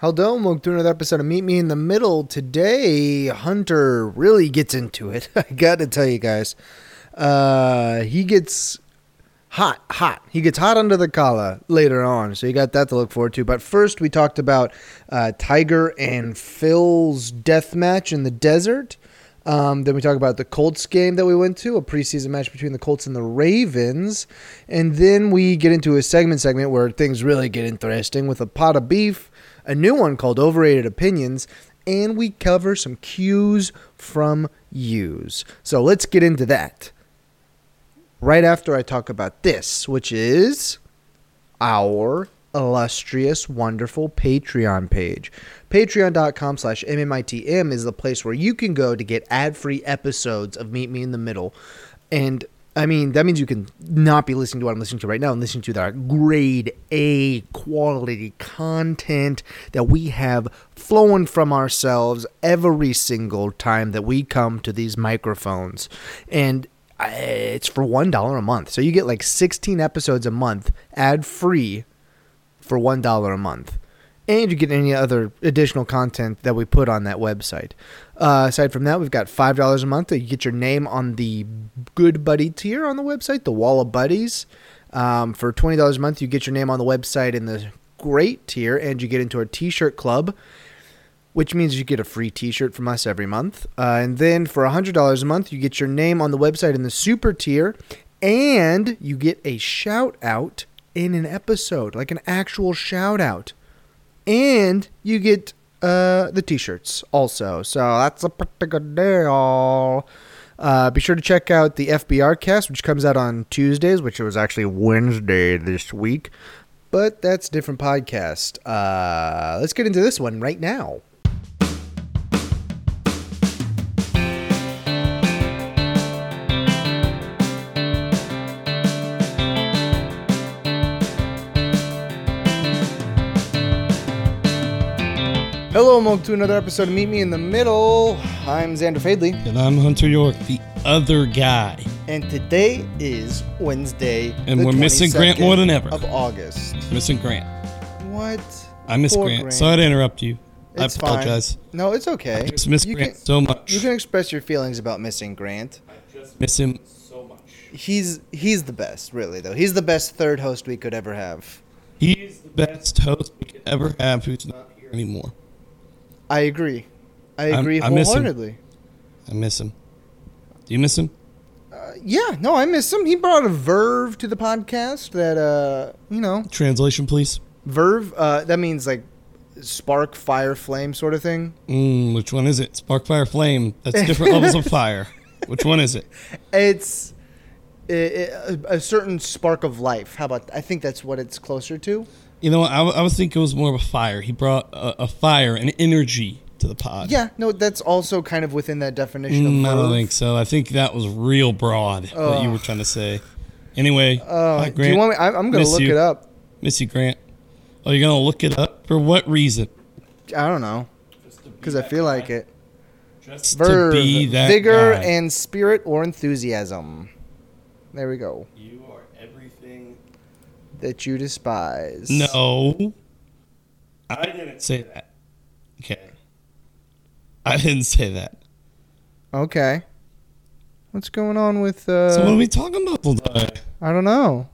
Hello, and welcome to another episode of Meet Me in the Middle. Today, Hunter really gets into it. I gotta tell you guys, uh, he gets hot, hot. He gets hot under the collar later on, so you got that to look forward to. But first, we talked about uh, Tiger and Phil's death match in the desert. Um, then we talk about the Colts game that we went to, a preseason match between the Colts and the Ravens. And then we get into a segment segment where things really get interesting with a pot of beef, a new one called Overrated Opinions, and we cover some cues from yous. So let's get into that right after I talk about this, which is our illustrious, wonderful Patreon page. Patreon.com slash MMITM is the place where you can go to get ad free episodes of Meet Me in the Middle. And I mean, that means you can not be listening to what I'm listening to right now and listening to that grade A quality content that we have flowing from ourselves every single time that we come to these microphones. And I- it's for one dollar a month. So you get like sixteen episodes a month, ad free, for one dollar a month, and you get any other additional content that we put on that website. Uh, aside from that, we've got five dollars a month. that You get your name on the Good Buddy tier on the website, the Wall of Buddies. Um, for twenty dollars a month, you get your name on the website in the Great tier, and you get into our T-shirt club which means you get a free t-shirt from us every month uh, and then for $100 a month you get your name on the website in the super tier and you get a shout out in an episode like an actual shout out and you get uh, the t-shirts also so that's a pretty good deal uh, be sure to check out the fbr cast which comes out on tuesdays which was actually wednesday this week but that's a different podcast uh, let's get into this one right now Hello and welcome to another episode of Meet Me in the Middle. I'm Xander Fadley, And I'm Hunter York, the other guy. and today is Wednesday. And the we're missing Grant 22nd more than ever. Of August. Missing Grant. What? I miss Poor Grant. Sorry to interrupt you. It's I fine. apologize. No, it's okay. I just miss you Grant can, so much. You can express your feelings about missing Grant. Miss him so much. He's he's the best, really though. He's the best third host we could ever have. He is the best host we could ever have who's not here anymore. I agree. I I'm- agree I miss him. wholeheartedly. I miss him. Do you miss him? Uh, yeah, no, I miss him. He brought a verve to the podcast that uh, you know, Translation, please. verve. Uh, that means like spark, fire, flame, sort of thing. Mm, which one is it? Spark, fire, flame. That's different levels of fire. Which one is it? it's i- i- a, a certain spark of life. How about? I think that's what it's closer to. You know, I, w- I was thinking it was more of a fire. He brought a, a fire, an energy to the pod. Yeah, no, that's also kind of within that definition Mm, I of don't verve. think so. I think that was real broad what you were trying to say. Anyway, Uh, hi, do you want me? I'm, I'm gonna Miss look you. it up. Miss you, Grant. Oh, you're gonna look it up for what reason? I don't know because I feel like it. Just Verve, to be that vigor, guy. and spirit or enthusiasm. There we go. you are everything. That you despise. No, I didn't say that. Okay, I didn't say that. Okay. What's going on with? Uh, so what are we talking about? all day? I don't know.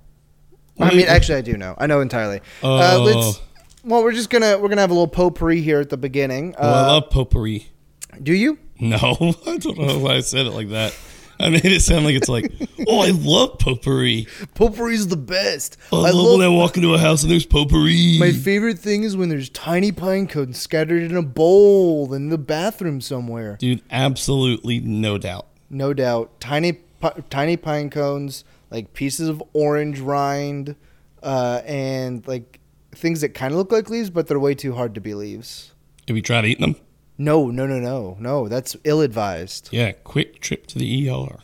What I are mean, we- actually, I do know. I know entirely. Uh, Oh. let's. Well, we're just gonna we're gonna have a little potpourri here at the beginning. Uh, Well, I love potpourri. do you? No, I don't know why I said it like that. I made it sound like it's like, oh, I love potpourri. Potpourri's the best. I, love, when I walk into a house and there's potpourri. my favorite thing is when there's tiny pine cones scattered in a bowl in the bathroom somewhere. Dude, absolutely no doubt. No doubt, tiny pi- tiny pine cones, like pieces of orange rind, uh, and like things that kind of look like leaves, but they're way too hard to be leaves. Have you tried eating them? No, no, no, no, no. That's ill advised. Yeah, quick trip to the ER.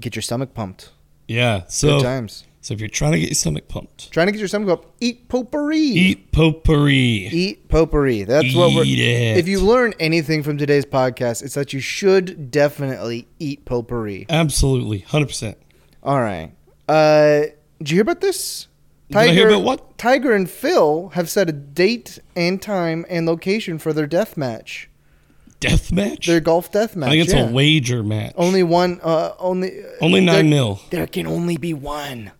Get your stomach pumped. Yeah, Good so times. so if you're trying to get your stomach pumped, Trying to get your stomach up. Eat potpourri. eat potpourri. Eat potpourri. That's what we're. Eat it. If you learn anything from today's podcast, it's that you should definitely eat potpourri. Absolutely, hundred percent. All right. Uh, did you hear about this? I hear Tiger, about what? Tiger and Phil have set a date and time and location for their death match. Death match? Their golf death match. I think it's yeah. a wager match. Only one. Uh, only. Only there- nine mil. There can only be one.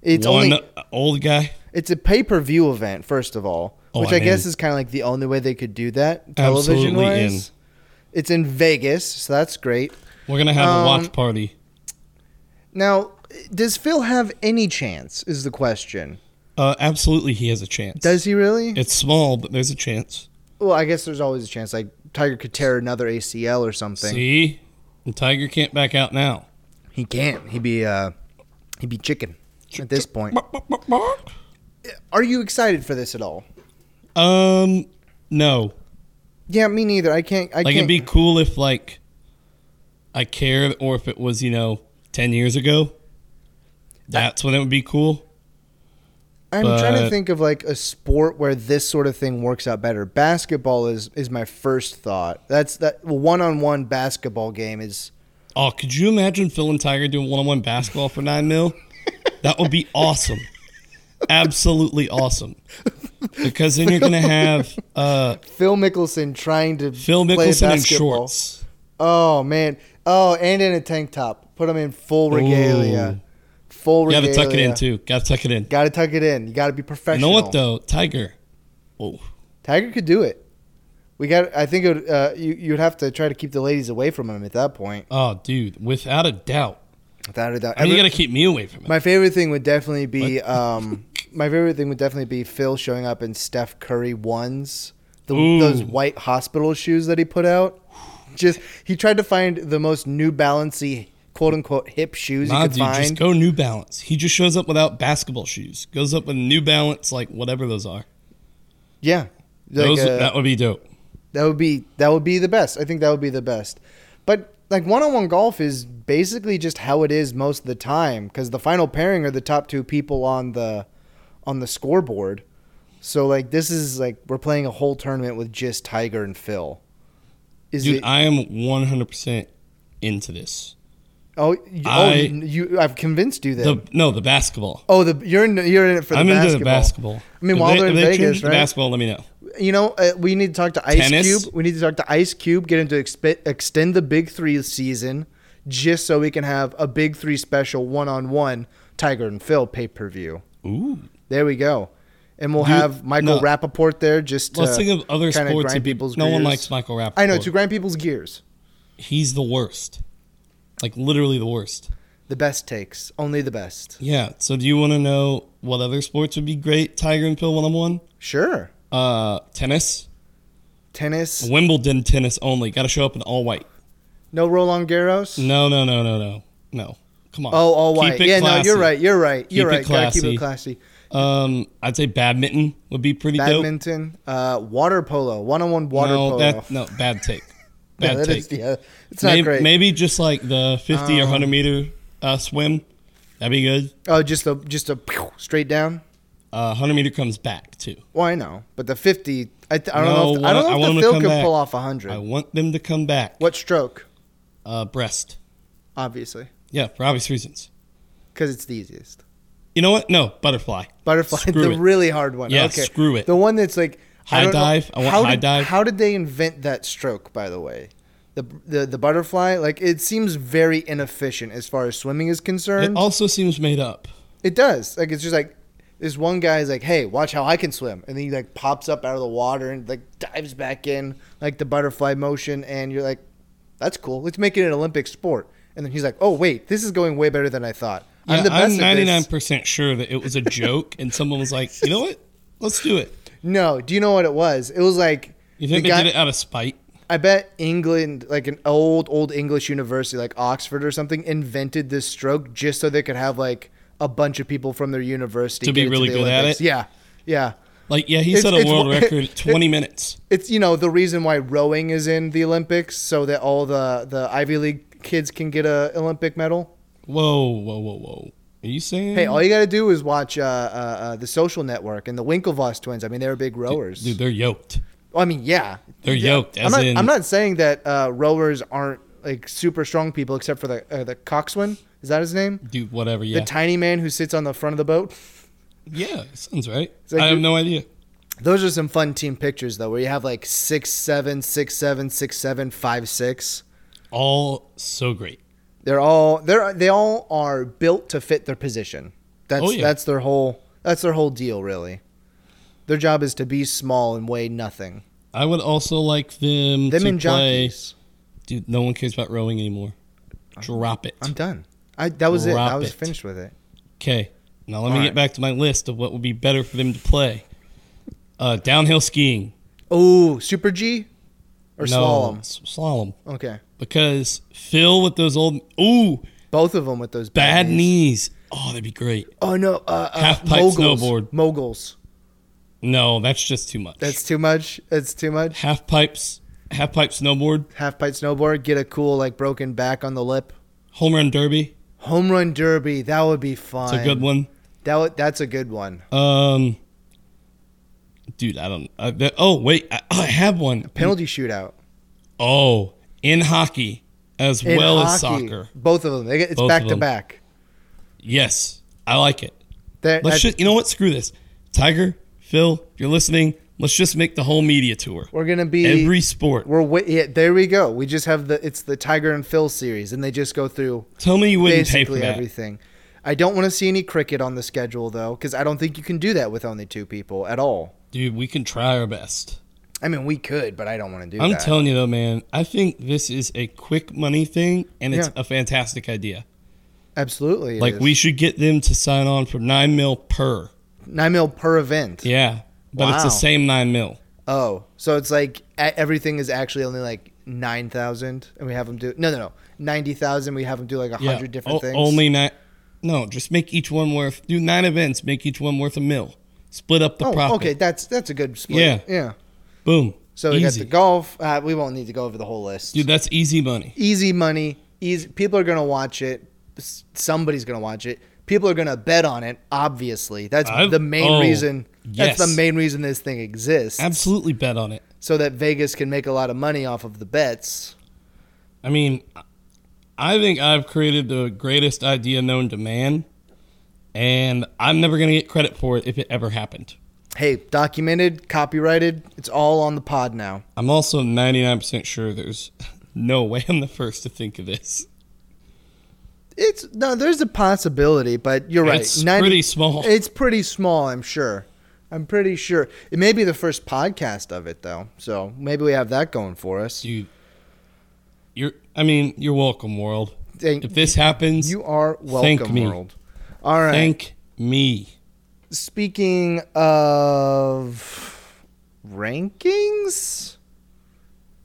It's One only. old guy. It's a pay per view event, first of all, Oh, which I I'm guess in. is kind of like the only way they could do that Absolutely television wise. It's in Vegas, so that's great. We're gonna have a Um, watch party. Now, does Phil have any chance? Is the question. Uh, absolutely, he has a chance. Does he really? it's small, but there's a chance. Well, I guess there's always a chance. Like Tiger could tear another ACL or something. See, and Tiger can't back out now. He can't. He'd be uh, he'd be chicken at this point. Are you excited for this at all? Um, no. Yeah, me neither. I can't. I Like can't. it'd be cool if like I cared, or if it was you know ten years ago. That's when it would be cool. I'm trying to but- think of like a sport where this sort of thing works out better. Basketball is is my first thought. That's that one on one basketball game is. Oh, could you imagine Phil and Tiger doing one-on-one basketball for nine mil? That would be awesome. Absolutely awesome. Because then you're gonna have uh, Phil Mickelson trying to Phil play Mickelson in basketball. shorts. Oh man! Oh, and in a tank top. Put him in full regalia. Full You regalia. gotta tuck it in too. Gotta tuck it in. Got to tuck it in. You got to be You professional. know what though, Tiger? Oh, Tiger could do it. We got. I think it would, uh, you you'd have to try to keep the ladies away from him at that point. oh, dude, without a doubt. Without a doubt. I mean, you Every- gotta keep me away from it. my favorite thing would definitely be um, my favorite thing would definitely be Phil showing up in Steph Curry ones, the, Ooh. those white hospital shoes that he put out. Just he tried to find the most New Balancey quote unquote hip shoes Nah, you could dude, find. just go New Balance. He just shows up without basketball shoes. Goes up with New Balance, like whatever those are. yeah, Like, those uh, that would be dope. That would be that would be the best. I think that would be the best. But like one-on-one golf is basically just how it is most of the time cuz the final pairing are the top 2 people on the on the scoreboard. So like this is like we're playing a whole tournament with just Tiger and Phil. Is Dude, it I am 100% into this. Oh, you, oh I- you I've convinced you that. The no, the basketball. oh, the you're in you're in it for the I'm basketball. into the basketball. I mean, If while they, they're if in they change Vegas, the right? basketball, let me know. You know, uh, we need to talk to Ice Tennis? Cube. We need to talk to Ice Cube. Get him to exp- extend the Big Three season, just so we can have a Big Three special one-on-one Tiger and Phil pay-per-view. Ooh, There we go, and we'll Dude, have Michael no. Rappaport there just to let's think of other kinda sports. grind that people, people's no one gears. likes Michael Rappaport. I know to grind people's gears. He's the worst. Like literally the worst. The best takes, only the best. Yeah. So do you want to know what other sports would be great? Tiger and Phil one on one. Sure, Uh, tennis. tennis, Wimbledon tennis only. Got to show up in all white. no Roland Garros. No, no, no, no, no, no. Come on. Oh, all Keep white. it Yeah, no, you're classy. right. You're right. You're Keep it right. Gotta keep it classy. classy. Um, I'd say badminton would be pretty dope. Badminton, uh, water polo, one-on-one water no, polo. that no bad take. Bad yeah, that take. is- yeah, it's not maybe, great. Um. maybe just like the 50 or 100 meter uh, swim. That'd be good. Oh, just a just a pew, straight down. Uh, 100 meter comes back too. Well, I know, but the fifty, I, th- I don't know. No, If the, I I don't know if want the 'em to Phil come can back. pull off a I hundred. want them to come back. What stroke? Uh, breast. Obviously, Yeah, for obvious reasons. because it's the easiest. You know what? No, butterfly. Butterfly, Screw the it. really hard one. Yeah, okay. screw it. The one that's like I High don't know- dive? I want how high did, dive. How did they invent that stroke? By the way, the the the butterfly, like it seems very inefficient as far as swimming is It concerned. also seems made up. It does. Like it's just like this one guy is like, "Hey, watch how I can swim," and then he like pops up out of the water and like dives back in like the butterfly motion, and you're like, "That's cool. Let's make it an Olympic sport." And then he's like, "Oh wait, this is going way better than I thought. I'm Yeah, the best." I'm at this." 99% sure that it was a joke and someone was like, you know what? Let's do it. No, do you know what it was? It was like You think the they guy- did it out of spite? I bet England, like an old, old English university, like Oxford or something, invented this stroke just so they could have like a bunch of people from their university To be get it really the good at Olympics. it? Yeah, yeah. Like, yeah, he It's- set a it's world one- record at 20 minutes. it's you know the reason why rowing is in the Olympics so that all the the Ivy League kids can get a Olympic medal. Whoa, whoa, whoa, whoa. Are you saying? Hey, all you got to do is watch uh, uh, uh, the Social Network and the Winklevoss twins. I mean, they were big rowers. Dude, they're yoked. Well, I mean, yeah, They're Yeah. yoked, I'm as not, in- I'm not saying that uh, rowers aren't like super strong people, except for the uh, the coxswain. Is that his name? Dude, whatever. Yeah. The tiny man who sits on the front of the boat. Yeah, sounds right. like I have you- no idea. Those are some fun team pictures though, where you have like six seven, six seven, six seven, five six. All so great. They're all they're they all are built to fit their position. That's Oh, yeah. that's their whole that's their whole deal really. Their job is to be small and weigh nothing. I would also like them, Them to and play. jockeys. Dude, no one cares about rowing anymore. Drop it. I'm done. I that was it. I Drop was it. finished with it. Okay. Now let me All right. get back to my list of what would be better for them to play. Uh, downhill skiing. Oh, Super G or no, Slalom. s- Slalom. Okay, Because Phil with those old ooh both of them with those bad knees. Oh, that'd be great. Oh no, uh, uh, Half-pipe moguls. snowboard. Moguls. No, that's just too much. That's too much. That's too much. half pipes. Half pipe snowboard. Half pipe snowboard. Get a cool like broken back on the lip. Home run derby. Home run derby. That would be fun. It's a good one. That would, that's a good one. Um, dude, I don't. I, that, oh wait, I, I have one. Penalty shootout. Oh, in hockey as In well as hockey. soccer. Both of them. They get- It's Both back of to them. back. Yes, I like it. They're- Let's that's- just, you know what? Screw this. Tiger, Phil, if you're listening, let's just make the whole media tour. we're gonna be Every sport. We're wi- yeah, there we go. We just have the it's the Tiger and Phil series, and they just go through Tell me you wouldn't pay for basically that. everything. I don't want to see any cricket on the schedule though, because I don't think you can do that with only two people at all. Dude, we can try our best. I mean, we could, but I don't want to do I'm that. telling you though, man, I think this is a quick money thing and it's Yeah. a fantastic idea. Absolutely, it Like is. we should get them to sign on for nine mil per. nine mil per event. Yeah. But it's Wow. the same nine mil. Oh, so it's like a- everything is actually only like nine thousand, and we have them do no, no, no, ninety thousand. We have them do like a Yeah. hundred different O- things. Only nine no, just make each one worth do nine events, make each one worth a mil. Split up the oh, profit. okay, that's that's a good split. Yeah. yeah. Boom. So we got easy. the golf. Uh, we won't need to go over the whole list. Dude, that's easy money. easy money. Easy. People are gonna watch it. S- Somebody's gonna watch it. People are gonna bet on it. Obviously, that's I've- the main oh, reason. That's yes. the main reason this thing exists, Absolutely bet on it. so that Vegas can make a lot of money off of the bets. I mean, I think I've created the greatest idea known to man, and I'm never going to get credit for it if it ever happened. Hey, documented, copyrighted. It's all on the pod now. I'm also 99% sure there's no way I'm the first to think of this. It's no, there's a possibility, but you're right. It's pretty small. It's pretty small, I'm sure. I'm pretty sure it may be the first podcast of it though, so maybe we have that going for us. Dude, you're, I mean, you're welcome, world. Thank- If this happens, You are welcome, Thank me. world. All right. thank me. Speaking of rankings,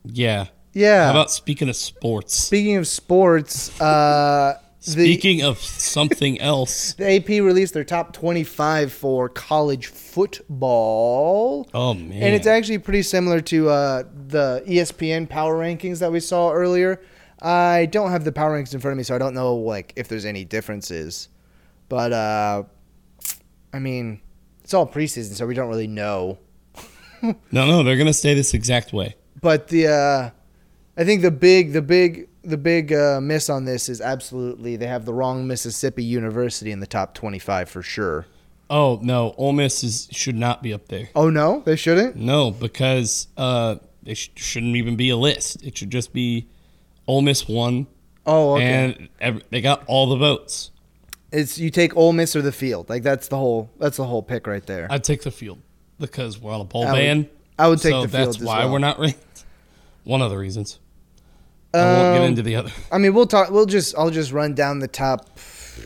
Yeah. yeah. How about speaking of sports? Speaking of sports, uh, the, Speaking of something else. the AP released their top 25 for college football. Oh, man. And it's actually pretty similar to uh, the ESPN power rankings that we saw earlier. I don't have the power rankings in front of me, so I don't know like if there's any differences. But uh, I mean, it's all preseason, so we don't really know. no, no, they're going to stay this exact way. But the uh, I think the big the big the big uh, miss on this is absolutely they have the wrong Mississippi University in the top 25 for sure. Oh no, Ole Miss is, should not be up there. Oh no, they shouldn't. No, because uh, it sh- shouldn't even be a list. It should just be Ole Miss one, Oh, okay. and ev they got all the votes. it's you take Ole Miss or the field. Like that's the whole that's the whole pick right there. I'd take the field because we're on a bowl I would- ban. I would take so the field That's as why well. we're not ranked. One of the reasons. I won't Um, get into the other. I mean, we'll talk. We'll just. I'll just run down the top.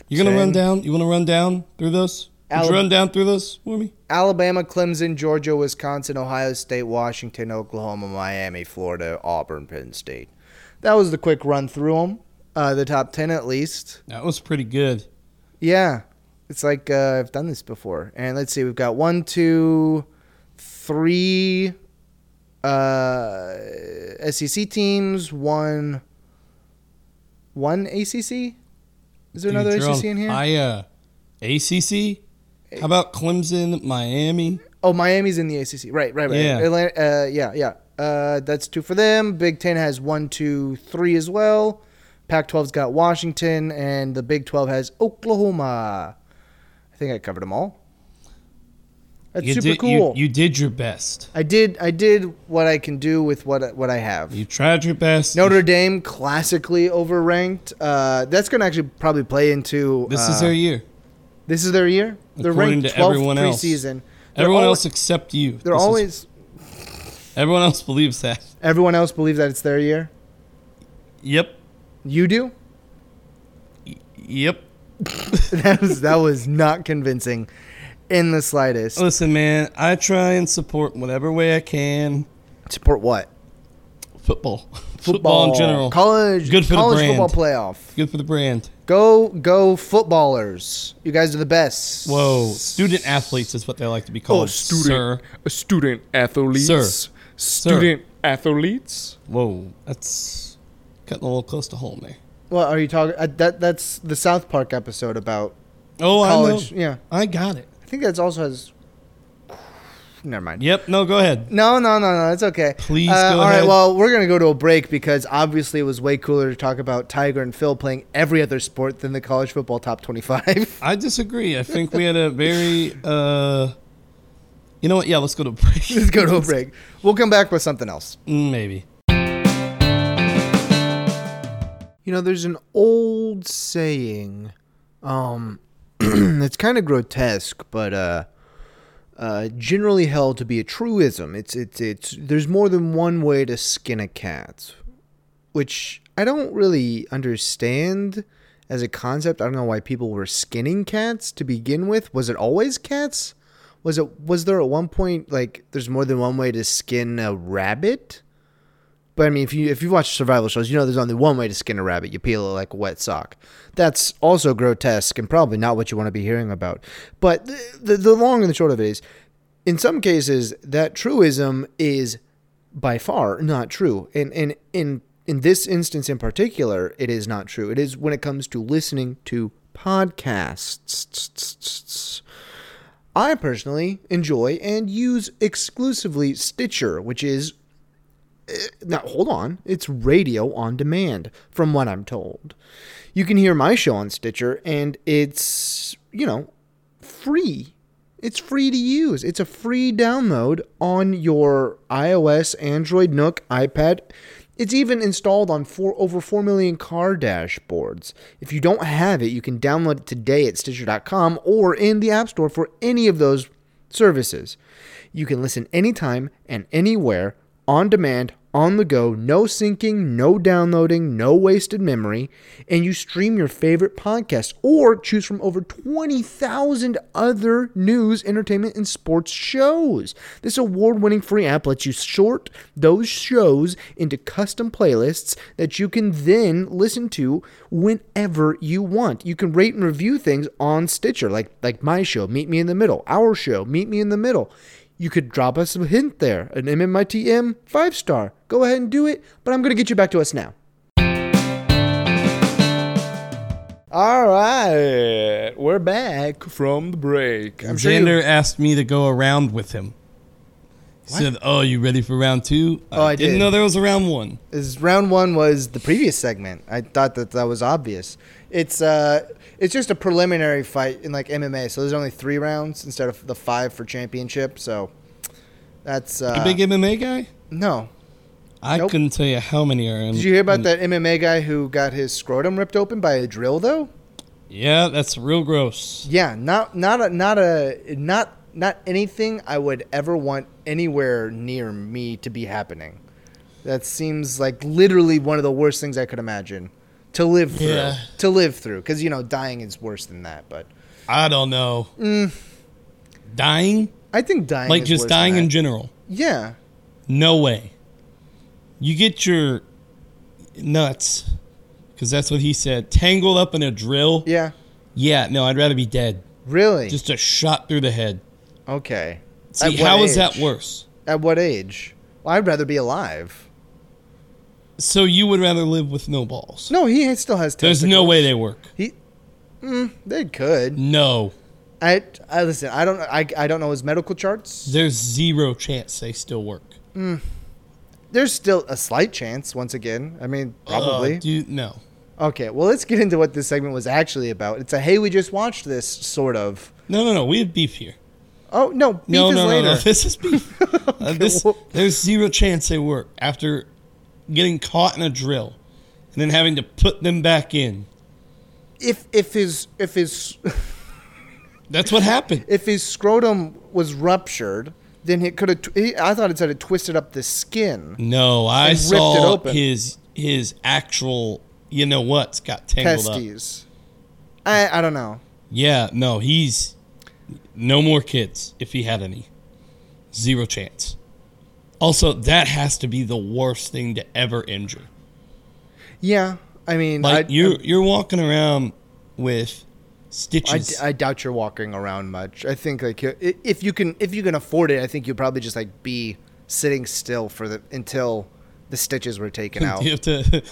You're gonna ten. run down. You want to run down through those? Would Alab- you run down through those for me? Alabama, Clemson, Georgia, Wisconsin, Ohio State, Washington, Oklahoma, Miami, Florida, Auburn, Penn State. That was the quick run through them. Uh, the top ten, at least. That was pretty good. Yeah, it's like uh, I've done this before. And let's see, we've got one, two, three uh, SEC teams, one, one ACC. Is there Dude, another you're on uh, ACC in here? fire. ACC. How about Clemson, Miami? Oh, Miami's in the ACC. Right, right, right. Yeah. Atlanta, uh, yeah, yeah. Uh, that's two for them. Big Ten has one, two, three as well. Pac 12's got Washington, and the Big 12 has Oklahoma. I think I covered them all. That's you super did, you- cool. You, did your best. I did I did what I can do with what what I have. You tried your best. Notre Dame classically overranked. Uh, that's going to actually probably play into this uh, is their year. this is their year. They're According ranked to 12th everyone else. preseason. They're Everyone al- else except you. They're This is- always everyone else believes that. everyone else believes that it's their year. Yep. You do? Yep. That was that was not convincing in the slightest. Listen, man, I try and support whatever way I can. Support what? Football. Football, in general. College Good for the college brand. football playoff. Good for the brand. Go go footballers. You guys are the best. Whoa. Student athletes is what they like to be Oh, called. Oh, Sir. student athletes. Sir. Student athletes. Whoa. That's cutting a little close to home there. Well, are you talking? Uh, that that's the South Park episode about Oh, college. I know. Yeah, I got it. I think that's also has. Never mind. Yep. No, go ahead. No, no, no, no. It's okay. Please Uh, go all right. ahead. Well, we're gonna go to a break because obviously it was way cooler to talk about Tiger and Phil playing every other sport than the college football top twenty-five. I disagree. I think we had a very, uh, you know what? Yeah, let's go to a break. Let's go to a break. We'll come back with something else. Mm, Maybe. You know, there's an old saying. Um, it's kind of grotesque, but uh, uh, generally held to be a truism. It's it's it's. There's more than one way to skin a cat, which I don't really understand as a concept. I don't know why people were skinning cats to begin with. Was it always cats? Was it was there at one point like there's more than one way to skin a rabbit? But I mean, if you if you watch survival shows, you know there's only one way to skin a rabbit. You peel it like a wet sock. That's also grotesque and probably not what you want to be hearing about. But the the, the long and the short of it is, in some cases, that truism is by far not true. And and in in this instance in particular, it is not true. It is when it comes to listening to podcasts. I personally enjoy and use exclusively Stitcher, which is now hold on it's radio on demand from what i'm told you can hear my show on stitcher and it's you know free it's free to use it's a free download on your ios android nook ipad it's even installed on four, over 4 million car dashboards. If you don't have it, you can download it today at Stitcher.com or in the App Store for any of those services. You can listen anytime and anywhere, on demand, on the go, no syncing, no downloading, no wasted memory, and you stream your favorite podcast or choose from over 20,000 other news, entertainment, and sports shows. This award winning free app lets you sort those shows into custom playlists that you can then listen to whenever you want. You can rate and review things on Stitcher, like, like my show, Meet Me in the Middle, our show, Meet Me in the Middle. You could drop us a hint there, an MMITM five star. Go ahead and do it, but I'm going to get you back to us now. All right, we're back from the break. I'm sure. Xander You, asked me to go around with him. He said, "Oh, you ready for round two? Oh, I didn't did. know there was a round one. is round one was the previous segment. I thought that that was obvious. It's uh, it's just a preliminary fight in like MMA, so there's only three rounds instead of the five for championship. So that's uh, A big MMA guy? no. I Nope. couldn't tell you how many are. In, Did you hear about that MMA guy who got his scrotum ripped open by a drill though? Yeah, that's real gross. Yeah, not not a not a not not anything I would ever want anywhere near me to be happening. That seems like literally one of the worst things I could imagine to live through. Yeah. To live through, because you know dying is worse than that. But I don't know. Dying, I think Mm. dying like is just worse than dying in that. general. yeah, No way. You get your nuts, because that's what he said. Tangled up in a drill. yeah, Yeah, no, I'd rather be dead. really. Just a shot through the head. okay. See, At what how is that age? worse? At what age? Well, I'd rather be alive. So you would rather live with no balls? No, he still has. Testicles. There's no way they work. He, mm, they could. No, I, I listen. I don't. I, I don't know his medical charts. there's zero chance they still work. There's still a slight chance, once again. I mean, probably. Uh, dude, no. okay, well, let's get into what this segment was actually about. It's a hey, we just watched this sort of. No, no, no. We have beef here. Oh no, beef No, is no, no, later. no. This is beef. Uh, this, well- there's zero chance they work after getting caught in a drill and then having to put them back in. If if his if his That's what happened. if his scrotum was ruptured, then it could have. I thought it said it twisted up the skin. No, I ripped it saw open. his his actual. You know what's got tangled up. Testes. I I don't know. Yeah, no, he's no more kids if he had any. Zero chance. Also, that has to be the worst thing to ever injure. Yeah, I mean, Like I, you, you're walking around I, with stitches. I doubt you're walking around much. I think like i- if you can if you can afford it, I think you'd probably just like be sitting still for the until the stitches were taken out. you have to,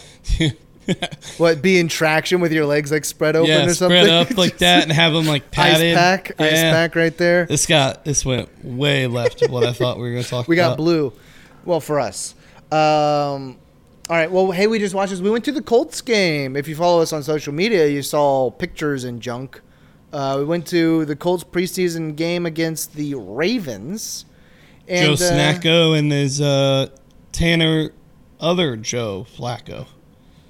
What be in traction with your legs like spread open yeah, or something? spread up like that and have them like ice padded. pack, ice Yeah. pack right there. This got this went way left of what I thought we were going to talk. We got about. blue. Well, for us. Um, all right. Well, hey, we just watched this. We went to the Colts game. If you follow us on social media, you saw pictures and junk. Uh, we went to the Colts preseason game against the Ravens. And, Joe uh, Snacko and his uh, Tanner, other Joe Flacco.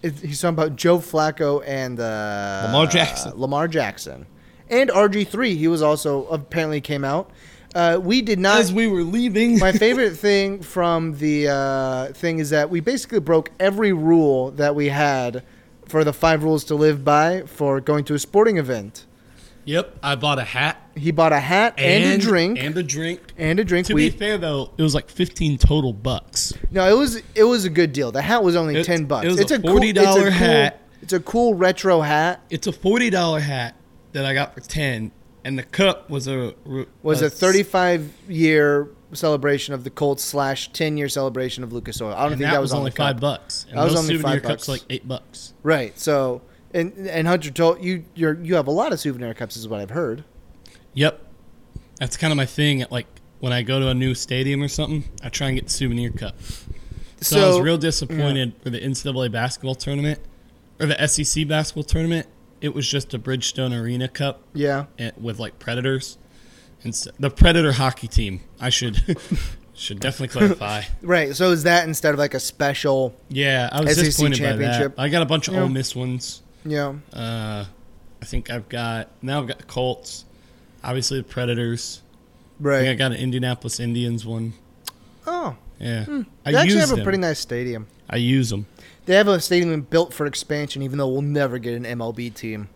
it- he's talking about Joe Flacco and uh, Lamar Jackson. Lamar Jackson. And RG3. He was also apparently came out. Uh, we did not. As we were leaving, My favorite thing from the uh, thing is that we basically broke every rule that we had for the five rules to live by for going to a sporting event. yep, I bought a hat He bought a hat and, a drink and, and a drink. a drink. To We, be fair though, it was like fifteen total bucks. no, it was it was a good deal. The hat was only It- ten bucks. it was it's a a cool- $40 it's a cool, hat. It's a cool retro hat. It's a forty dollar hat that I got for ten, and the cup was a Was a a thirty-five year celebration of the Colts slash ten year celebration of Lucas Oil. I don't And think that, that was, on only the cup. five bucks. And That was those only souvenir five cups bucks. like eight bucks. Right. So and and Hunter told you you're you have a lot of souvenir cups is what I've heard. Yep, that's kind of my thing. At like when I go to a new stadium or something, I try and get the souvenir cup. So, I was real disappointed for the NCAA basketball tournament or the SEC basketball tournament. It was just a Bridgestone Arena Cup Yeah. and- with like Predators and s- the Predator hockey team. I should should definitely clarify. Right. So is that instead of like a special? Yeah, I was SEC disappointed by that. championship. I got a bunch of Yeah. Ole Miss ones. You know, Uh, I think I've got now I've got the Colts, obviously the Predators. I think I right. got an Indianapolis Indians one. Oh, Yeah, I they actually use have a them. pretty nice stadium. I use them. They have a stadium built for expansion, even though we'll never get an MLB team.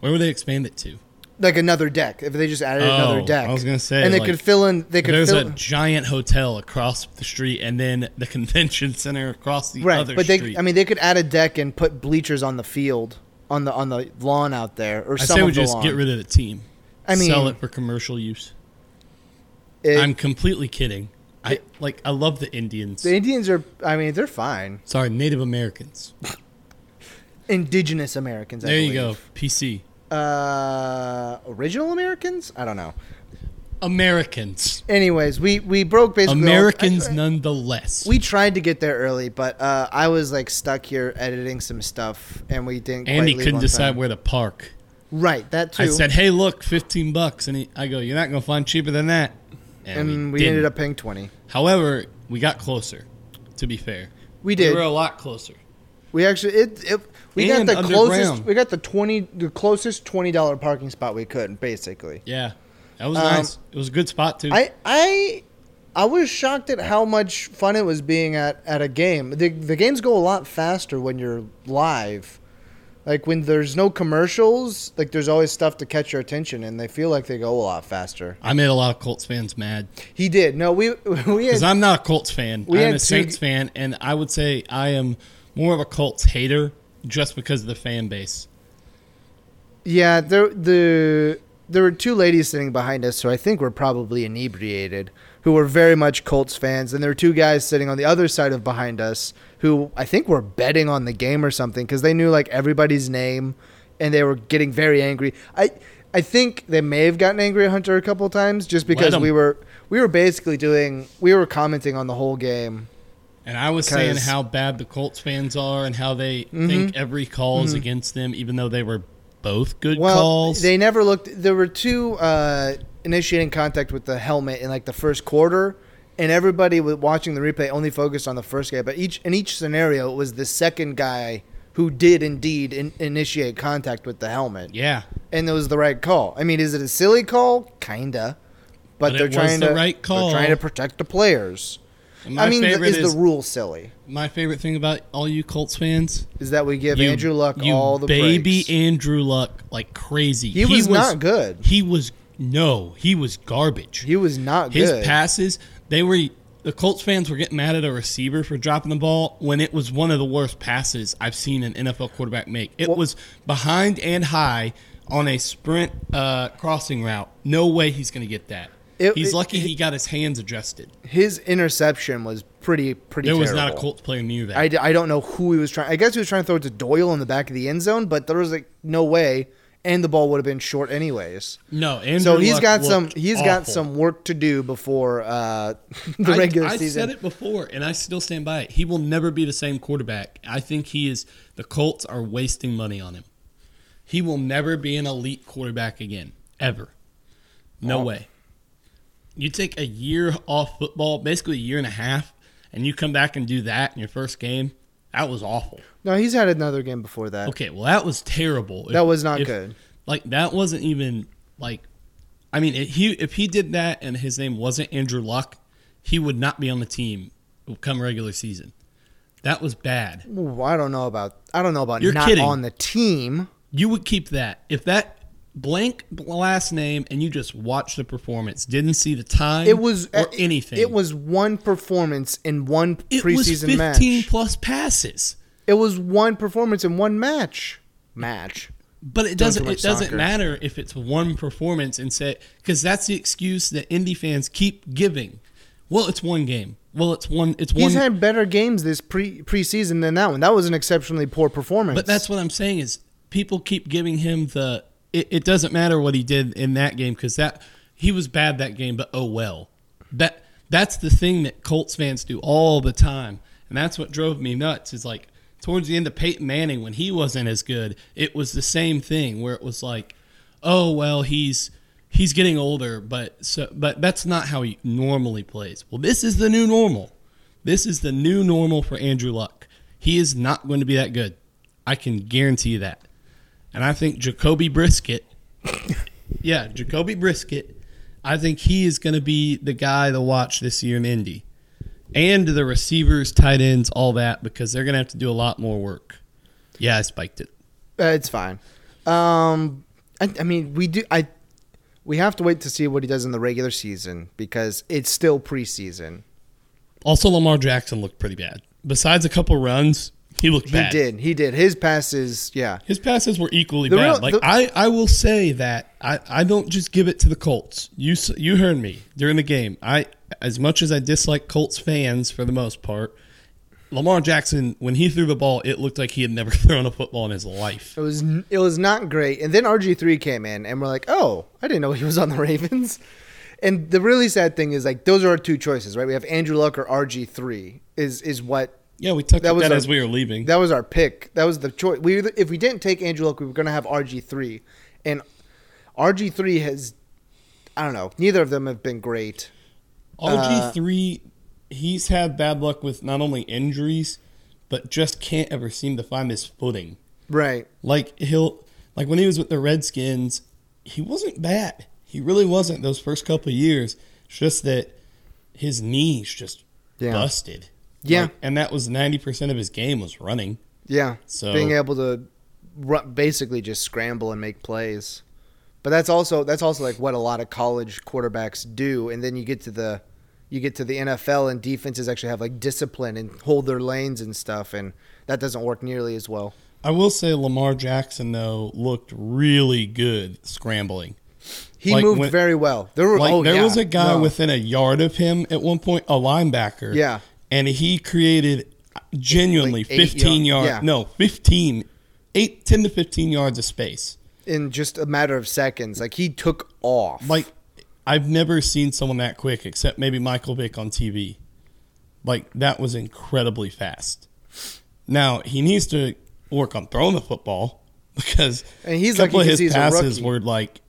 Where would they expand it to? Like another deck, if they just added Oh, another deck. I was gonna say, and they like, could fill in. They could There's fill a in- giant hotel across the street, and then the convention center across the right, other but they. street. I mean, they could add a deck and put bleachers on the field, on the on the lawn out there, or I some say of we the just lawn. get rid of the team. I mean, sell it for commercial use. it- I'm completely kidding. I like. I love the Indians. the Indians are. I mean, they're fine. Sorry, Native Americans. Indigenous Americans. I There you believe. go. PC. Uh, original Americans? I don't know. Americans. Anyways, we we broke basically. all- Americans I- nonetheless. we tried to get there early, but uh, I was like stuck here editing some stuff, and we didn't. quite Andy leave couldn't on decide time. where to park. Right, that too. I said, "Hey, look, fifteen bucks," and he, I go, "You're not gonna find cheaper than that." and we, didn't. ended up paying twenty. However, we got closer. To be fair, We did. We were We, a lot closer. actually it. it we got And the closest. underground. We got the twenty, the closest twenty dollar parking spot we could, basically. Yeah, that was Um, nice. It was a good spot too. I I I was shocked at how much fun it was being at, at a game. The the games go a lot faster when you're live. Like when there's no commercials, like there's always stuff to catch your attention and they feel like they go a lot faster. I made a lot of Colts fans mad He did. No, we we had, because I'm not a Colts fan. We I'm had a two- Saints fan, and I would say I am more of a Colts hater just because of the fan base. Yeah, there the there were two ladies sitting behind us who I think were probably inebriated, who were very much Colts fans, and there were two guys sitting on the other side of behind us who I think were betting on the game or something because they knew like everybody's name, and they were getting very angry. I I think they may have gotten angry at Hunter a couple times just because 'em. we were we were basically doing we were commenting on the whole game. And I was saying 'Cause- how bad the Colts fans are and how they Mm-hmm. think every call is against them, even though they were both good Well, calls. they never looked. There were two uh, initiating contact with the helmet in like the first quarter, and everybody was watching the replay only focused on the first guy. But each in each scenario, it was the second guy who did indeed in, initiate contact with the helmet, Yeah. and it was the right call. I mean, is it a silly call? Kinda, but, But it they're was trying the to right call. They're trying to protect the players. And my I mean, th- favorite is, is the rule silly? my favorite thing about all you Colts fans. Is that we give you- Andrew Luck you all the baby breaks. Andrew Luck like crazy. He was not good. He was no, he was garbage. He was not His good. passes, they were the Colts fans were getting mad at a receiver for dropping the ball when it was one of the worst passes I've seen an NFL quarterback make. It was behind and high on a sprint uh, crossing route. No way he's going to get that. It- he's it- lucky he got his hands adjusted. His interception was pretty pretty. There was terrible. not a Colts player near that. I, d- I don't know who he was trying. I guess he was trying to throw it to Doyle in the back of the end zone, but there was like no way, and the ball would have been short anyways. no, Andrew So he's Luck got some looked he's got awful. some work to do before uh, the I- regular I, season. said it before, and I still stand by it. He will never be the same quarterback. I think he is. The Colts are wasting money on him. He will never be an elite quarterback again, ever. No way. You take a year off football, basically a year and a half, and you come back and do that in your first game. That was awful. No, he's had another game before that. Okay, well that was terrible. If- That was not good. Like that wasn't even like, I mean, if he if he did that and his name wasn't Andrew Luck, he would not be on the team come regular season. That was bad. Ooh, I don't know about I don't know about You're not kidding. on the team. You would keep that if that blank last name and you just watched the performance, didn't see the time. It was uh, or it- anything. It was one performance in one It was preseason fifteen match. plus passes. It was one performance in one match. Match. But it Doing doesn't. too much It doesn't soccer. matter if it's one performance and say because that's the excuse that indie fans keep giving. Well, it's one game. Well, it's one. It's one. He's had better games this pre preseason than that one. That was an exceptionally poor performance. but that's what I'm saying is people keep giving him the. It, it doesn't matter what he did in that game because that he was bad that game. But oh well. That that's the thing that Colts fans do all the time, and that's what drove me nuts. Is like towards the end of Peyton Manning when he wasn't as good, it was the same thing where it was like, oh well, he's he's getting older, but so but that's not how he normally plays. Well, this is the new normal. This is the new normal for Andrew Luck. He is not going to be that good. I can guarantee you that. And I think Jacoby Brisket, yeah, Jacoby Brisket, I think he is going to be the guy to watch this year in Indy. And the receivers, tight ends, all that, because they're going to have to do a lot more work. Yeah, I spiked it. Uh, it's fine. Um, I, I mean, we do. I we have to wait to see what he does in the regular season because it's still preseason. Also, Lamar Jackson looked pretty bad. Besides a couple runs, he looked He bad. did. He did. His passes. Yeah. His passes were equally The bad. real- like the- I, I will say that I, I don't just give it to the Colts. You s- you heard me during the game. I as much as I dislike Colts fans for the most part, Lamar Jackson when he threw the ball, it looked like he had never thrown a football in his life. It was n- it was not great. And then RG three came in, and we're like, oh, I didn't know he was on the Ravens. And the really sad thing is like those are our two choices, right? We have Andrew Luck or RG three is is what Yeah, we took That that, was our- as we were leaving. that was our pick. That was the choice. We either- if we didn't take Andrew Luck, we were gonna have RG three, and RG three has I don't know. Neither of them have been great. uh, RG three, he's had bad luck with not only injuries, but just can't ever seem to find his footing. Right. Like he'll like when he was with the Redskins, he wasn't bad. He really wasn't those first couple of years. It's just that his knees just Yeah. busted. Yeah. Like, and that was ninety percent of his game was running. Yeah. So- being able to ru- basically just scramble and make plays. But that's also that's also like what a lot of college quarterbacks do and then you get to the you get to the NFL and defenses actually have like discipline and hold their lanes and stuff and that doesn't work nearly as well. I will say Lamar Jackson though looked really good scrambling. He Like moved when- very well. There were Like oh, there yeah. was a guy No. within a yard of him at one point, a linebacker. Yeah. And he created genuinely Like eight 15 yard- yards. yeah. No, 15, eight, 10 to 15 yards of space. in just a matter of seconds. Like he took off. Like, I've never seen someone that quick except maybe Michael Vick on TV. Like, that was incredibly fast. Now, he needs to work on throwing the football because And he's a couple lucky 'cause of his he's a passes rookie. were like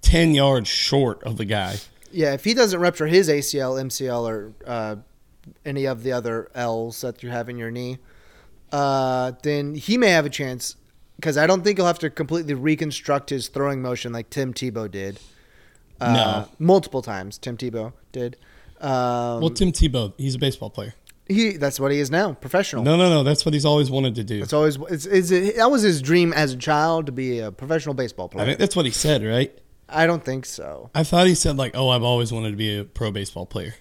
ten yards short of the guy. Yeah, if he doesn't rupture his ACL, MCL, or uh, any of the other L's that you have in your knee, uh, then he may have a chance because I don't think he'll have to completely reconstruct his throwing motion like Tim Tebow did. Uh, Multiple times, Tim Tebow did. Um, Well, Tim Tebow, he's a baseball player. he that's what he is now, professional. No, no, no. That's what he's always wanted to do. It's always it's, it's that was his dream as a child to be a professional baseball player. I think that's what he said, right? I don't think so. I thought he said like, "Oh, I've always wanted to be a pro baseball player."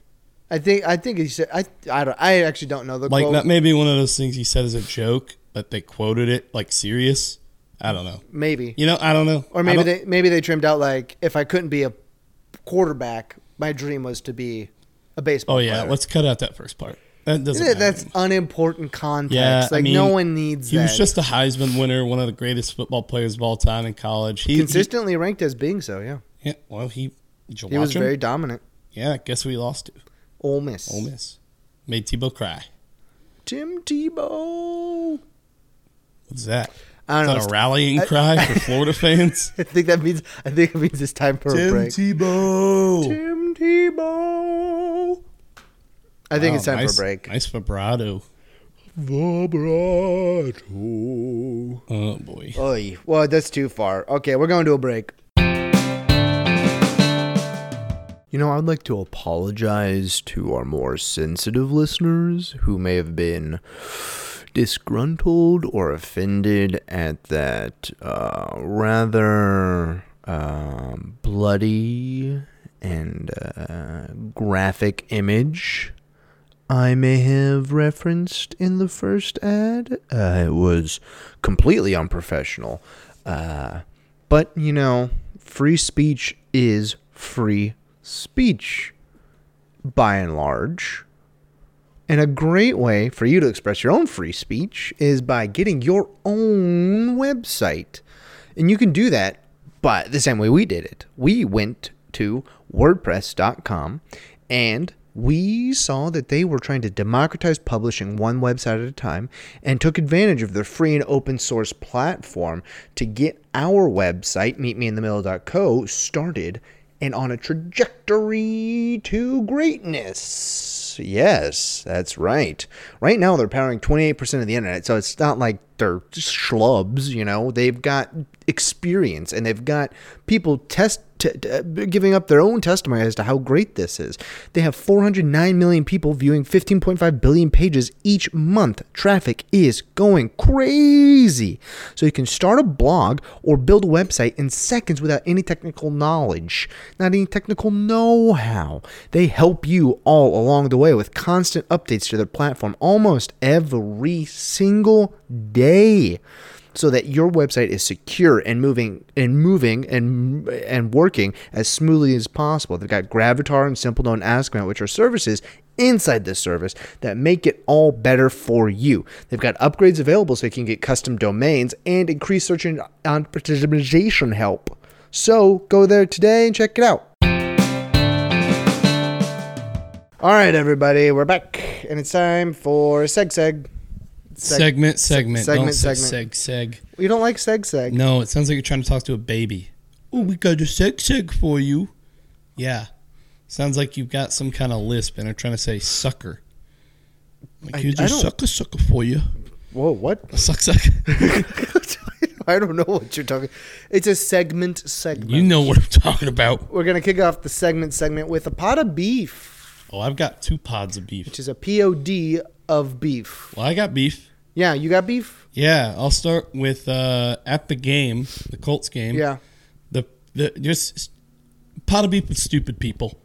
I think I think he said I I, don't, I actually don't know the Like quote. that may be one of those things he said as a joke, but they quoted it like serious. I don't know. maybe You know, I don't know. or I maybe don't- they maybe they trimmed out like if I couldn't be a quarterback, my dream was to be a baseball. Oh yeah, player. let's cut out that first part. That doesn't. Isn't it- matter. that's unimportant context. Yeah, I like mean, no one needs He that. was just a Heisman winner, one of the greatest football players of all time in college. He, consistently ranked as being so. Yeah, he- yeah, well, he. Did you he watch was him? very dominant. Yeah, guess who he lost to? Ole Miss. Ole Miss. Made Tebow cry. Tim Tebow. What's that? I Is don't that know. a rallying cry for Florida fans? I think that means I think it means it's time for a Tim break. Tebow. Tim Tebow. I think it's Wow, time nice- for a break. Nice Oh, vibrato. Vibrato. Oh boy. Oy. Well, that's too far. Okay, we're going to a break. You know, I'd like to apologize to our more sensitive listeners who may have been disgruntled or offended at that uh, rather um, bloody and uh, graphic image I may have referenced in the first ad. Uh, it was completely unprofessional. Uh, but, you know, free speech is free speech by and large. And a great way for you to express your own free speech is by getting your own website. And you can do that by the same way we did it. We went to WordPress.com and we saw that they were trying to democratize publishing one website at a time and took advantage of their free and open source platform to get our website, meetmeinthemiddle.co, started and on a trajectory to greatness. Yes, that's right. Right now, they're powering 28% of the internet, so it's not like they're just schlubs, you know. They've got experience and they've got people test. T- t- giving up their own testimony as to how great this is. They have 409 million people viewing 15.5 billion pages each month. Traffic is going crazy. So you can start a blog or build a website in seconds without any technical knowledge, not any technical know how. They help you all along the way with constant updates to their platform almost every single day so that your website is secure and moving and moving and and working as smoothly as possible. They've got Gravatar and Simple Don't Ask About, which are services inside this service that make it all better for you. They've got upgrades available so you can get custom domains and increased search and optimization help. So go there today and check it out. All right, everybody, we're back, and it's time for Seg Seg. Seg- segment, segment, segment. Don't say segment. Seg, seg. You don't like Seg Seg? No, it sounds like you're trying to talk to a baby. Oh, we got a seg seg for you. Yeah. Sounds like you've got some kind of lisp and are trying to say sucker. Like, I- here's I a don't- sucker sucker for you. Whoa, what? A suck suck. I don't know what you're talking. It's a segment segment. you know what I'm talking about. We're gonna kick off the segment segment with a pot of beef, Oh, I've got two pods of beef. which is a POD of beef. Well, I got beef. Yeah, you got beef. Yeah, I'll start with uh, at the game, the Colts game. Yeah. The the just s- pot of beef with stupid people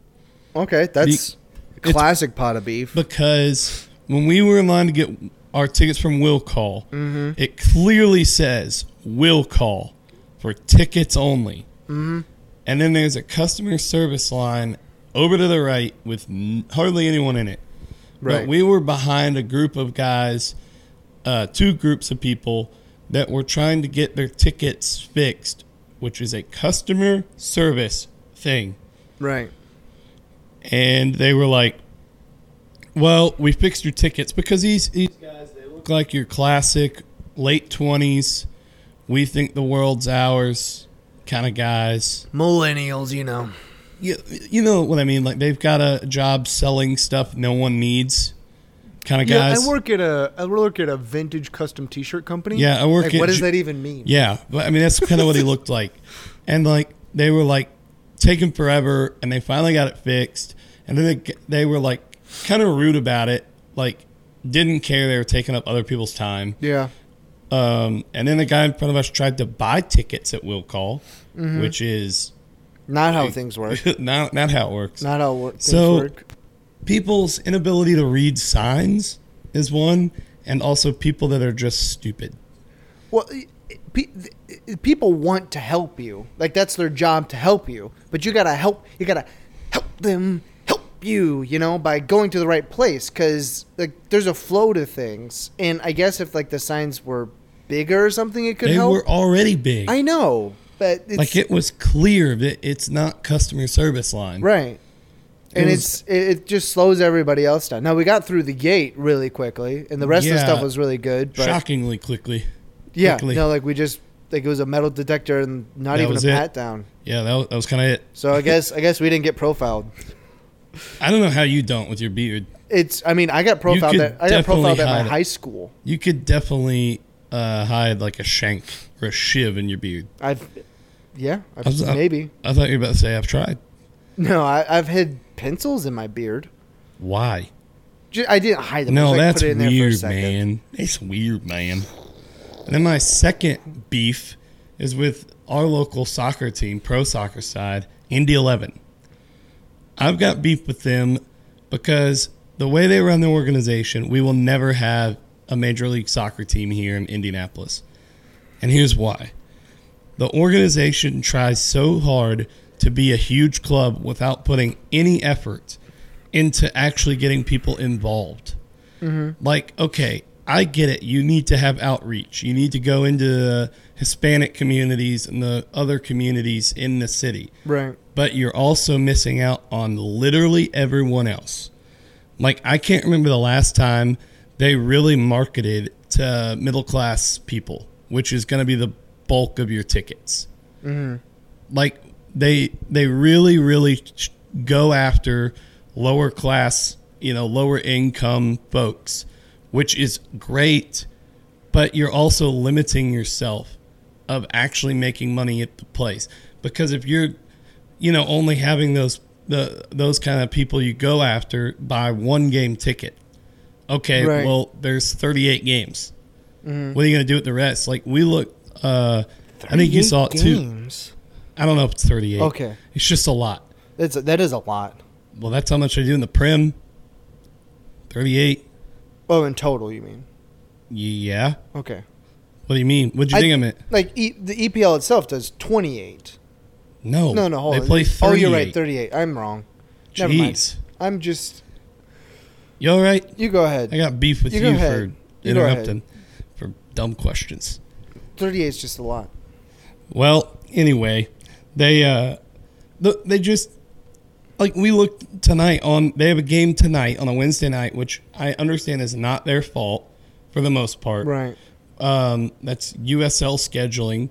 Okay, that's classic pot of beef. because when we were in line to get our tickets from Will Call, it clearly says Will Call for tickets only. Mm-hmm. And then there's a customer service line over to the right with n- hardly anyone in it. Right. But we were behind a group of guys, uh, two groups of people that were trying to get their tickets fixed, which is a customer service thing. right. And they were like, well, we fixed your tickets because these, these guys, they look like your classic late 20s. We think the world's ours. kind of guys. Millennials, you know. You, you know what I mean? Like they've got a job selling stuff no one needs, kind of Yeah, guys. I work at a I work at a vintage custom T-shirt company. Yeah, I work Like, at what does Ju- that even mean? Yeah, but I mean that's kind of what he looked like, and like they were like taking forever, and they finally got it fixed, and then they they were like kind of rude about it, like didn't care they were taking up other people's time. Yeah. Um, and then the guy in front of us tried to buy tickets at will call, which is Not how Mm-hmm. things work. not not how it works. Not how wor- things So- work. People's inability to read signs is one, and also people that are just stupid. Well, it- it- pe- th- people want to help you. Like that's their job to help you. But you gotta help. You gotta help them help you. You know, by going to the right place. Cause like there's a flow to things. And I guess if like the signs were bigger or something, it could They help. were already big. I know, but it's like it was clear that it's not customer service line. right. It and was- it's it, it just slows everybody else down. Now we got through the gate really quickly, and the rest of the Yeah. stuff was really good. But Shockingly quickly. yeah, quickly. no, like we just like it was a metal detector and not That even a was it. pat down. Yeah, that was, that was kind of it. So I guess I guess we didn't get profiled. I don't know how you don't with your beard. It's I mean I got profiled could at I got profiled definitely at my hide it. high school. You could definitely uh, hide like a shank or a shiv in your beard. I've yeah I've, I was- I- maybe I thought you were about to say I've tried. no I, I've had pencils in my beard. Why? Ju- I didn't hide them. I No, just, like, that's put it in there for a weird, second. man. It's weird, man. And then my second beef is with our local soccer team, pro soccer side, Indy 11. I've got beef with them because the way they run their organization, we will never have a Major League Soccer team here in Indianapolis. And here's why the organization tries so hard to be a huge club without putting any effort into actually getting people involved like okay i get it you need to have outreach you need to go into the hispanic communities and the other communities in the city Right. but you're also missing out on literally everyone else like i can't remember the last time they really marketed to middle class people which is going to be the bulk of your tickets like they they really really ch- go after lower class you know lower income folks which is great but you're also limiting yourself of actually making money at the place because if you're you know only having those the those kind of people you go after buy one game ticket okay Right. well there's 38 games what are you going to do with the rest like we look uh i think you saw it too Games. I don't know if it's 38. Okay. It's just a lot. That's that is a lot. Well, that's how much I do in the prim. 38. Oh, in total, you mean? Yeah. Okay. What do you mean? What do you I- think I meant? Like e, the EPL itself does 28. No. No, no, hold they on. play 38. Oh, you're right, 38. I'm wrong. Never mind. Jeez. I'm just. You all right? You go ahead. I got beef with You you, go for ahead. You go ahead. interrupting for dumb questions. 38 is just a lot. Well, anyway, they uh th- they just like we looked tonight on they have a game tonight on a Wednesday night, which I understand is not their fault for the most part. Right. um, that's USL scheduling,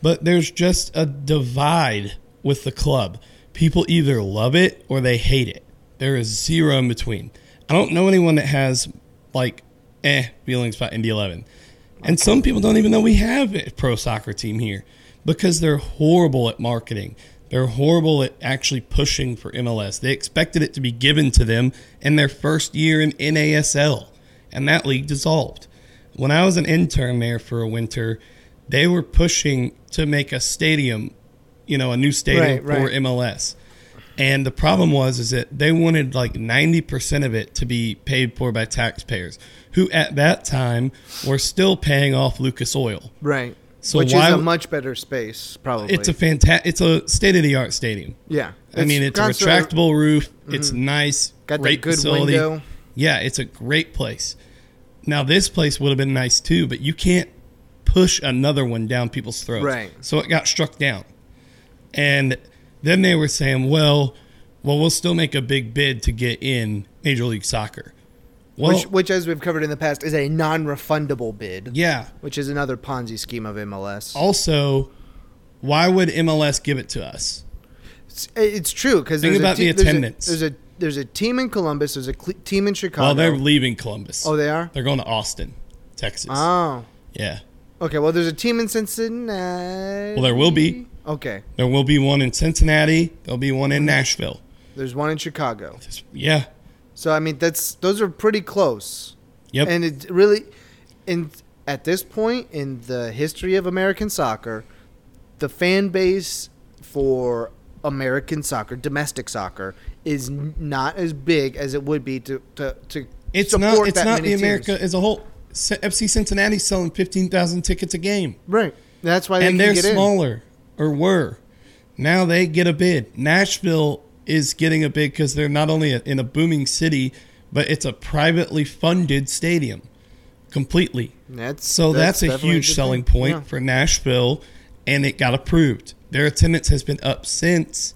but there's just a divide with the club. People either love it or they hate it. There is zero in between. I don't know anyone that has like eh feelings about Indy Eleven, and some people don't even know we have a pro soccer team here because they're horrible at marketing. They're horrible at actually pushing for MLS. They expected it to be given to them in their first year in NASL, and that league dissolved when I was an intern there for a winter, they were pushing to make a stadium, you know, a new stadium Right, for right. MLS. And the problem was is that they wanted like 90% of it to be paid for by taxpayers who at that time were still paying off Lucas Oil. Right. So Which why is a w- much better space, probably. It's a fantastic it's a state of the art stadium. yeah. I mean, it's a constantly- retractable roof. It's nice. Mm-hmm. Got that great good facility. window. Yeah, it's a great place. Now, this place would have been nice too, but you can't push another one down people's throats. Right. So it got struck down. And then they were saying, well, well, we'll still make a big bid to get in Major League Soccer. Well, which, which, as we've covered in the past, is a non refundable bid, yeah. Oh. which is another Ponzi scheme of MLS. Also, Why would MLS give it to us? It's, it's true because Think about a te- the attendance. There's a, there's a there's a team in Columbus. There's a cl- team in Chicago. Well, they're leaving Columbus. oh, they are. They're going to Austin, Texas. Oh, yeah. okay. Well, there's a team in Cincinnati. Well, there will be. Okay, There will be one in Cincinnati. There'll be one in Nashville. there's one in Chicago. Just- Yeah. So I mean, that's those are pretty close. Yep. And it really, and at this point in the history of American soccer, the fan base for American soccer, domestic soccer, is n- not as big as it would be to to, to it's support not. It's that not many the teams. America as a whole. C- FC Cincinnati's selling fifteen thousand tickets a game, right? That's why they and can they're get in. smaller or were. Now they get a bid. Nashville is getting a bid because they're not only in a booming city, but it's a privately funded stadium, completely. That's So that's, a definitely huge good selling thing. point Yeah. for Nashville, and it got approved. Their attendance has been up since,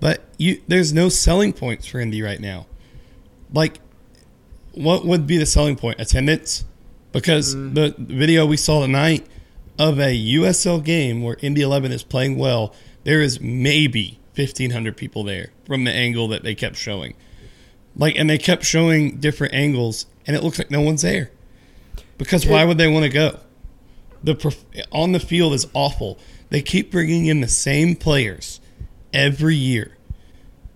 but you there's no selling points for Indy right now. Like, what would be the selling point? Attendance, because Mm. the video we saw tonight of a USL game where Indy Eleven is playing well, there is maybe fifteen hundred people there from the angle that they kept showing. Like, and they kept showing different angles, and it looks like no one's there. Because why would they want to go? The perf- on the field is awful. They keep bringing in the same players every year,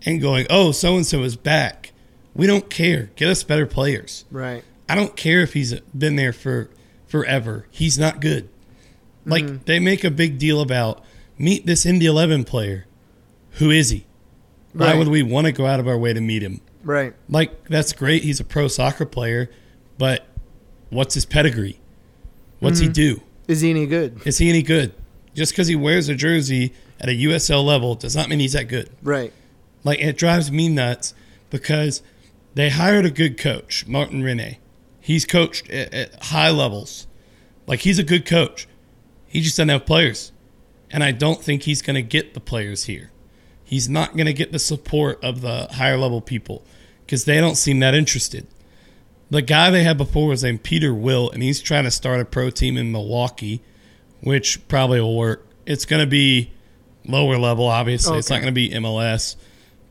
and going, "Oh, so and so is back. We don't care. Get us better players. Right. I don't care if he's been there for forever. He's not good. Like they make a big deal about meet this Indy Eleven player. Who is he? Why Right. would we want to go out of our way to meet him? Right. Like that's great. He's a pro soccer player, but what's his pedigree? What's he do? Is he any good? Is he any good? Just because he wears a jersey at a USL level does not mean he's that good. Right. Like it drives me nuts because they hired a good coach, Martin Rene. He's coached at, at high levels. Like he's a good coach. He just doesn't have players, and I don't think he's going to get the players here. He's not going to get the support of the higher level people because they don't seem that interested. The guy they had before was named Peter Will, and he's trying to start a pro team in Milwaukee, which probably will work. It's going to be lower level, obviously. It's not Okay. going to be MLS,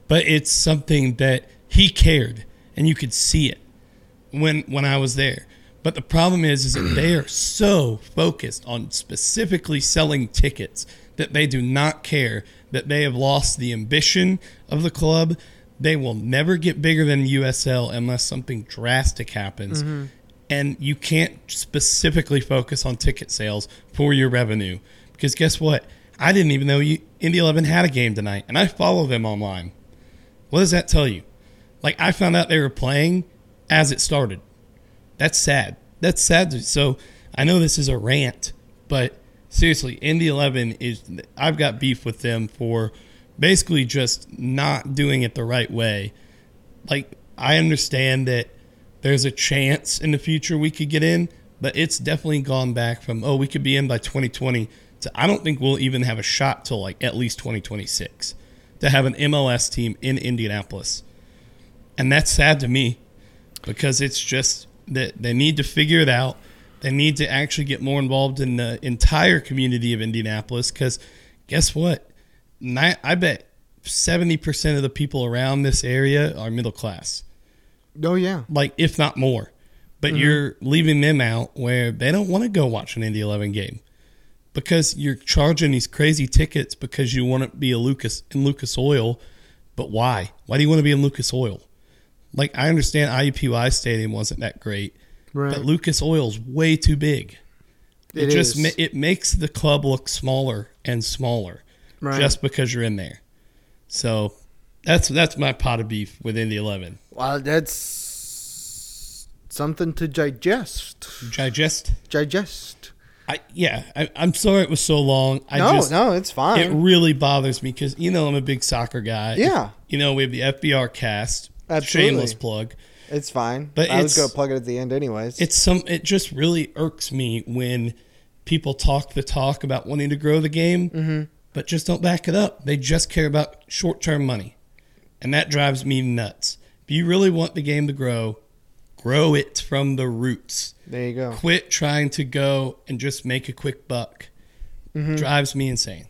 but it's something that he cared, and you could see it when when I was there. But the problem is, is that they are so focused on specifically selling tickets that they do not care that they have lost the ambition of the club. They will never get bigger than USL unless something drastic happens. And you can't specifically focus on ticket sales for your revenue. Because guess what? I didn't even know you, Indy 11 had a game tonight, and I follow them online. What does that tell you? Like I found out they were playing as it started. That's sad. That's sad. So I know this is a rant, but seriously, Indy Eleven is. I've got beef with them for basically just not doing it the right way. Like I understand that there's a chance in the future we could get in, but it's definitely gone back from oh we could be in by 2020 to I don't think we'll even have a shot till like at least 2026 to have an MLS team in Indianapolis. And that's sad to me because it's just that they need to figure it out. They need to actually get more involved in the entire community of Indianapolis because guess what? Ni- I bet 70% of the people around this area are middle class, Oh yeah. like if not more. Mm-hmm. But you're leaving them out where they don't want to go watch an Indy 11 game because you're charging these crazy tickets because you want to be a Lucas in Lucas Oil, but why? Why do you want to be in Lucas Oil? Like I understand IUPUI Stadium wasn't that great, Right. but Lucas Oil's way too big. It, It just is. ma- it makes the club look smaller and smaller Right. just because you're in there. So that's that's my pot of beef with Indy Eleven. Well, that's something to digest. Digest. Digest. I yeah. I, I'm sorry it was so long. I no, just, no, it's fine. It really bothers me because you know I'm a big soccer guy. Yeah. You know we have the FBR cast. Absolutely. Shameless plug. it's fine. But I was it's- gonna plug it at the end, anyways. It's some. It just really irks me when people talk the talk about wanting to grow the game, Mm-hmm. but just don't back it up. They just care about short term money, and that drives me nuts. If you really want the game to grow, grow it from the roots. there you go. Mm-hmm. Quit trying to go and just make a quick buck. Drives me insane.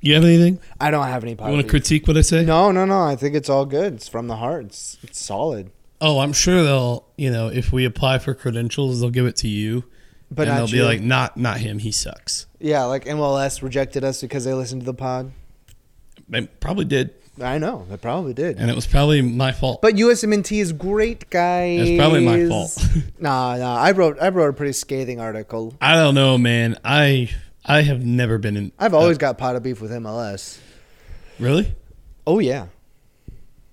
You have anything? I don't have any You want poverty. to critique what I say? no, no, no. I think it's all good. It's from the heart. It's, it's solid. Oh, I'm sure they'll, you know, if we apply for credentials, they'll give it to you. But and not they'll you. be like, not not him, he sucks. yeah, like MLS rejected us because they listened to the pod. They probably did. I know they probably did. And it was probably my fault. But USMNT is great, guys. It's probably my fault. nah, nah. I wrote I wrote a pretty scathing article. I don't know, man. I I have never been in Uh, I've always got pot of beef with MLS. Really? Oh yeah.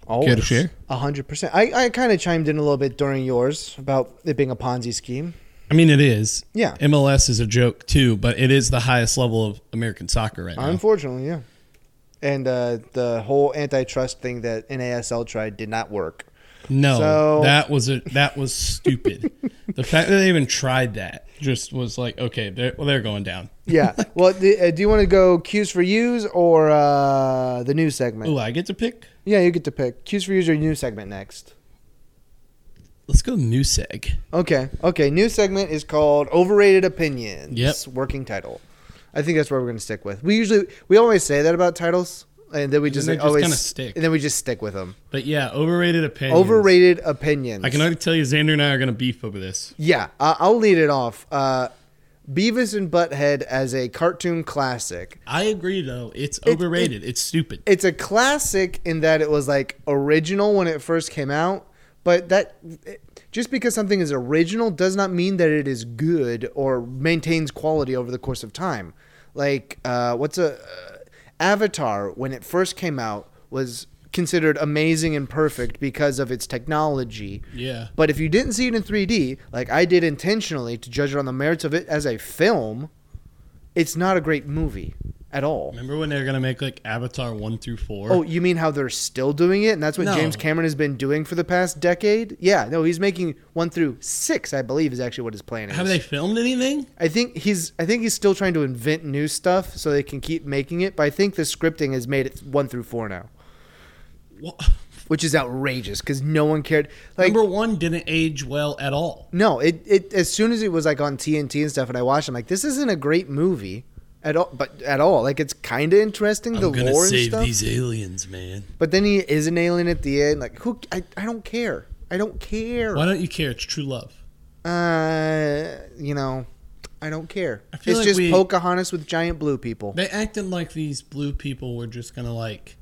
Always. share? A hundred percent. I, I kind of chimed in a little bit during yours about it being a Ponzi scheme. I mean it is. Yeah. MLS is a joke too, but it is the highest level of American soccer right now. Unfortunately, yeah. And uh, the whole antitrust thing that NASL tried did not work. no. so- That was a that was stupid. the fact that they even tried that just was like, okay, they're well, they're going down. Yeah. well, the, uh, do you want to go cues for yous or uh, the new segment? Oh, I get to pick? Yeah, you get to pick cues for yous or new segment next. Let's go new seg. Okay. Okay. New segment is called Overrated Opinions. Yep. Working title. I think that's where we're going to stick with. We usually we always say that about titles, and then we just, they like, just always kinda stick. and then we just stick with them. But yeah, overrated opinion. Overrated opinions. I can already tell you, Xander and I are gonna beef over this. Yeah, I I'll lead it off. Uh, Beavis and Butthead as a cartoon classic. I agree, though. It's overrated. it's stupid. It's a classic in that it was like original when it first came out, but that just because something is original does not mean that it is good or maintains quality over the course of time. Like uh, what's a uh, Avatar when it first came out was considered amazing and perfect because of its technology. yeah. But if you didn't see it in 3D, like I did intentionally to judge it on the merits of it as a film, it's not a great movie at all. Remember when they were gonna make like Avatar one through four? Oh, you mean how they're still doing it? And that's what No. James Cameron has been doing for the past decade? Yeah, no, he's making one through six, I believe, is actually what his plan is. have they filmed anything? I think he's I think he's still trying to invent new stuff so they can keep making it, but I think the scripting has made it one through four now. Wha- Which is outrageous because no one cared. Like Number one didn't age well at all. No, it, it as soon as it was like on TNT and stuff, and I watched, it, I'm like, this isn't a great movie at all. But at all, like it's kind of interesting the lore and stuff. aliens, man. But then he is an alien at the end. Like who? I, I don't care. I don't care. Why don't you care? It's true love. Uh, you know, I don't care. I feel it's like just we- Pocahontas with giant blue people. They acted like these blue people were just gonna like.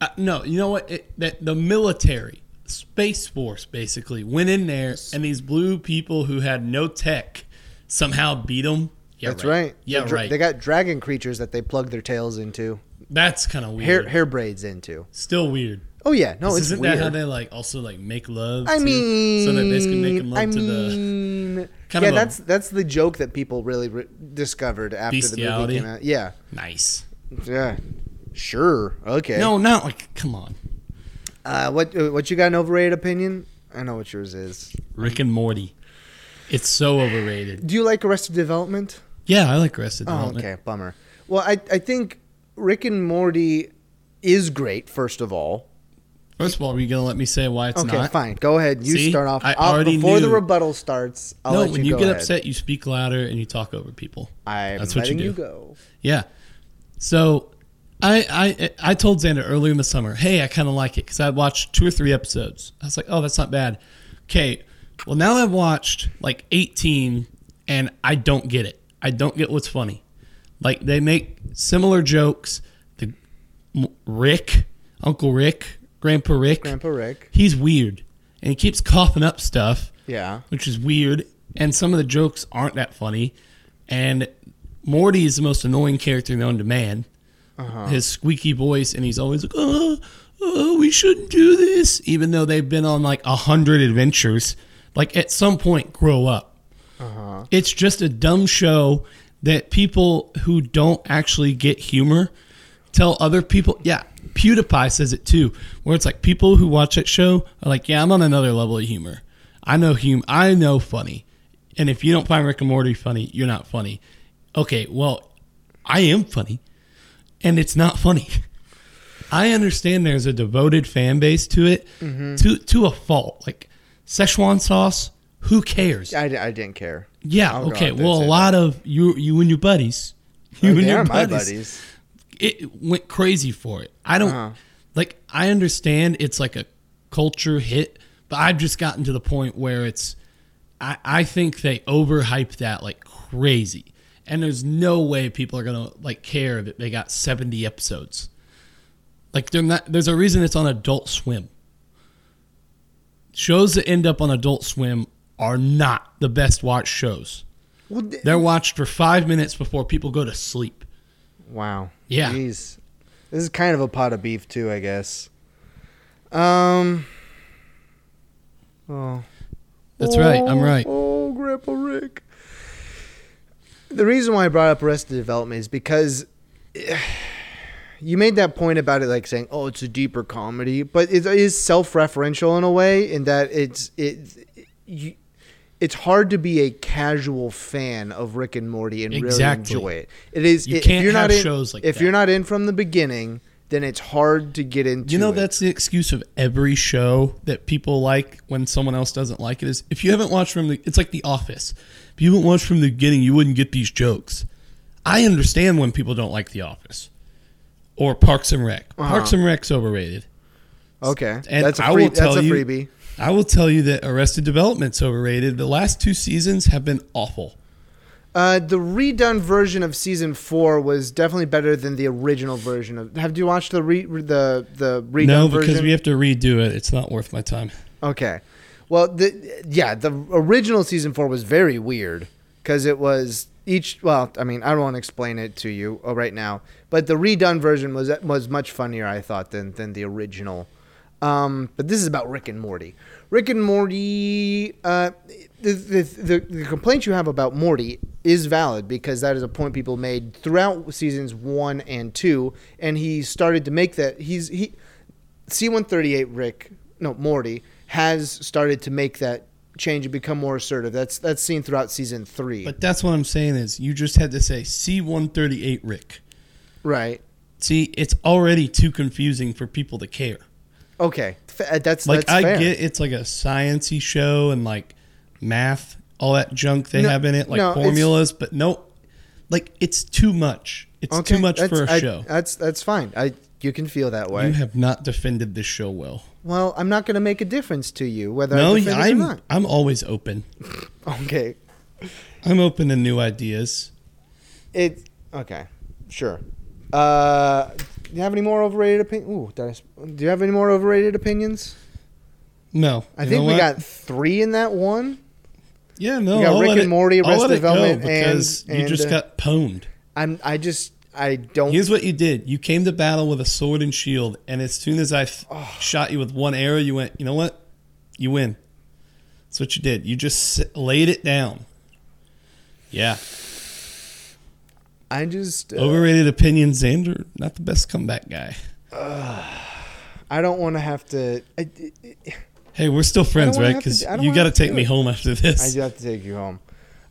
Uh, no, you know what? It, that the military, space force, basically went in there, and these blue people who had no tech somehow beat them. Yeah, That's right. Yeah, They dra- right. They got dragon creatures that they plug their tails into, That's kind of weird. hair hair braids into. Still weird. Oh yeah, no, it's Isn't weird. that how they like also like make love? I too? mean, so that they can make 'em love I to the mean, Kind yeah, of a- that's that's the joke that people really re- discovered after Bestiality. the movie came out. Yeah, nice. yeah, sure, okay. No, not like come on, uh, what uh, what you got an overrated opinion? I know what yours is. Rick and Morty. It's so overrated. Do you like Arrested Development? Yeah, I like Arrested Oh, Development. okay, bummer. Well, I I think Rick and Morty is great. First of all, First of all, are you gonna let me say why it's okay, not? fine. Go ahead. You See? start off. I I'll- already before the knew. rebuttal starts. I'll no, let when you, you go get ahead. upset, you speak louder and you talk over people. I'm That's what you letting do. you go. Yeah. So I I I told Xander earlier in the summer, hey, I kind of like it because I watched two or three episodes. I was like, oh, that's not bad. Okay. Well, now I've watched like 18 and I don't get it. I don't get what's funny. Like they make similar jokes. The M- Rick, Uncle Rick, Grandpa Rick, Grandpa Rick. he's weird and he keeps coughing up stuff Yeah. which is weird. And some of the jokes aren't that funny. And Morty is the most annoying character known to man. His squeaky voice, and he's always like, oh, oh, we shouldn't do this. Even though they've been on like a hundred adventures. Like, at some point, grow up. It's just a dumb show that people who don't actually get humor tell other people. Yeah, PewDiePie says it too, where it's like people who watch that show are like, "Yeah, I'm on another level of humor. I know hum. I know funny. And if you don't find Rick and Morty funny, you're not funny. Okay, well, I am funny, and it's not funny." I understand there's a devoted fan base to it, to to a fault. Like Szechuan sauce, who cares? I, I didn't care. Yeah. I'll go okay. out there Well, and a say lot of you, you and your buddies, you Oh, and they your are my buddies, buddies. it went crazy for it. I don't Uh-huh. like I understand it's like a culture hit, but I've just gotten to the point where it's I, I think they overhyped that like crazy. And there's no way people are gonna like care that they got seventy episodes. Like they're not there's a reason it's on adult swim. Shows that end up on adult swim are not the best watched shows. Well, th- They're watched for five minutes before people go to sleep. wow. Yeah. Jeez. This is kind of a pot of beef too, I guess. Um. Oh. That's right, I'm right. Oh, Grandpa Rick. The reason why I brought up Arrested Development is because eh, you made that point about it, like saying, "Oh, it's a deeper comedy," but it is self-referential in a way, in that it's it. You, it's hard to be a casual fan of Rick and Morty and Exactly. really enjoy it. It is You if can't you're not have in, shows like if that. you're not in from the beginning, then it's hard to get into. You know, it. that's the excuse of every show that people like when someone else doesn't like it is if you haven't watched from the, it's like The Office. If you haven't watched from the beginning, you wouldn't get these jokes. I understand when people don't like The Office or Parks and Rec. Uh-huh. Parks and Rec's overrated. okay. and that's a I free, will that's tell a you- freebie. I will tell you that Arrested Development's overrated. The last two seasons have been awful. Uh, the redone version of season four was definitely better than the original version of. Have you watched the re, the the redone no, because version? we have to redo it. It's not worth my time. okay, well, the yeah, the original season four was very weird because it was each. Well, I mean, I don't want to explain it to you uh, right now, but the redone version was was much funnier, I thought, than than the original. Um, but this is about Rick and Morty. Rick and Morty. Uh, the, the, the, the complaint you have about Morty is valid because that is a point people made throughout seasons one and two, and he started to make that. He's he C one thirty eight Rick no Morty has started to make that change and become more assertive. That's that's seen throughout season three, But that's what I'm saying is you just had to say C138 Rick. right? See, it's already too confusing for people to care. Okay, F- uh, that's Like that's I fair. get it's like a sciency show and like math, all that junk they No, have in it, like no, it's- formulas, but no like it's too much. It's okay, too much that's- for a I- show. That's that's fine. I you can feel that way. you have not defended this show well. well, I'm not going to make a difference to you whether No, I defend it or I'm not. I'm always open. Okay, I'm open to new ideas. It okay, sure. Uh, do you have any more overrated opinion? Ooh, did I s do you have any more overrated opinions? No, I you know think we what? got three in that one. yeah no. we got I'll Rick let and it- Morty, I'll let Arrested it go Development, and- because you and, just uh, got pwned. I'm. I just. I don't. Here's what you did. You came to battle with a sword and shield, and as soon as I f- shot you with one arrow, you went, you know what? You win. That's what you did. You just s laid it down. Yeah. I just. Uh, Overrated opinion, Xander, not the best comeback guy. I don't want to have to. I, Hey, we're still friends, wanna right? have to Because do- I don't you wanna got to have to take do me it. home after I this. do have to take you home.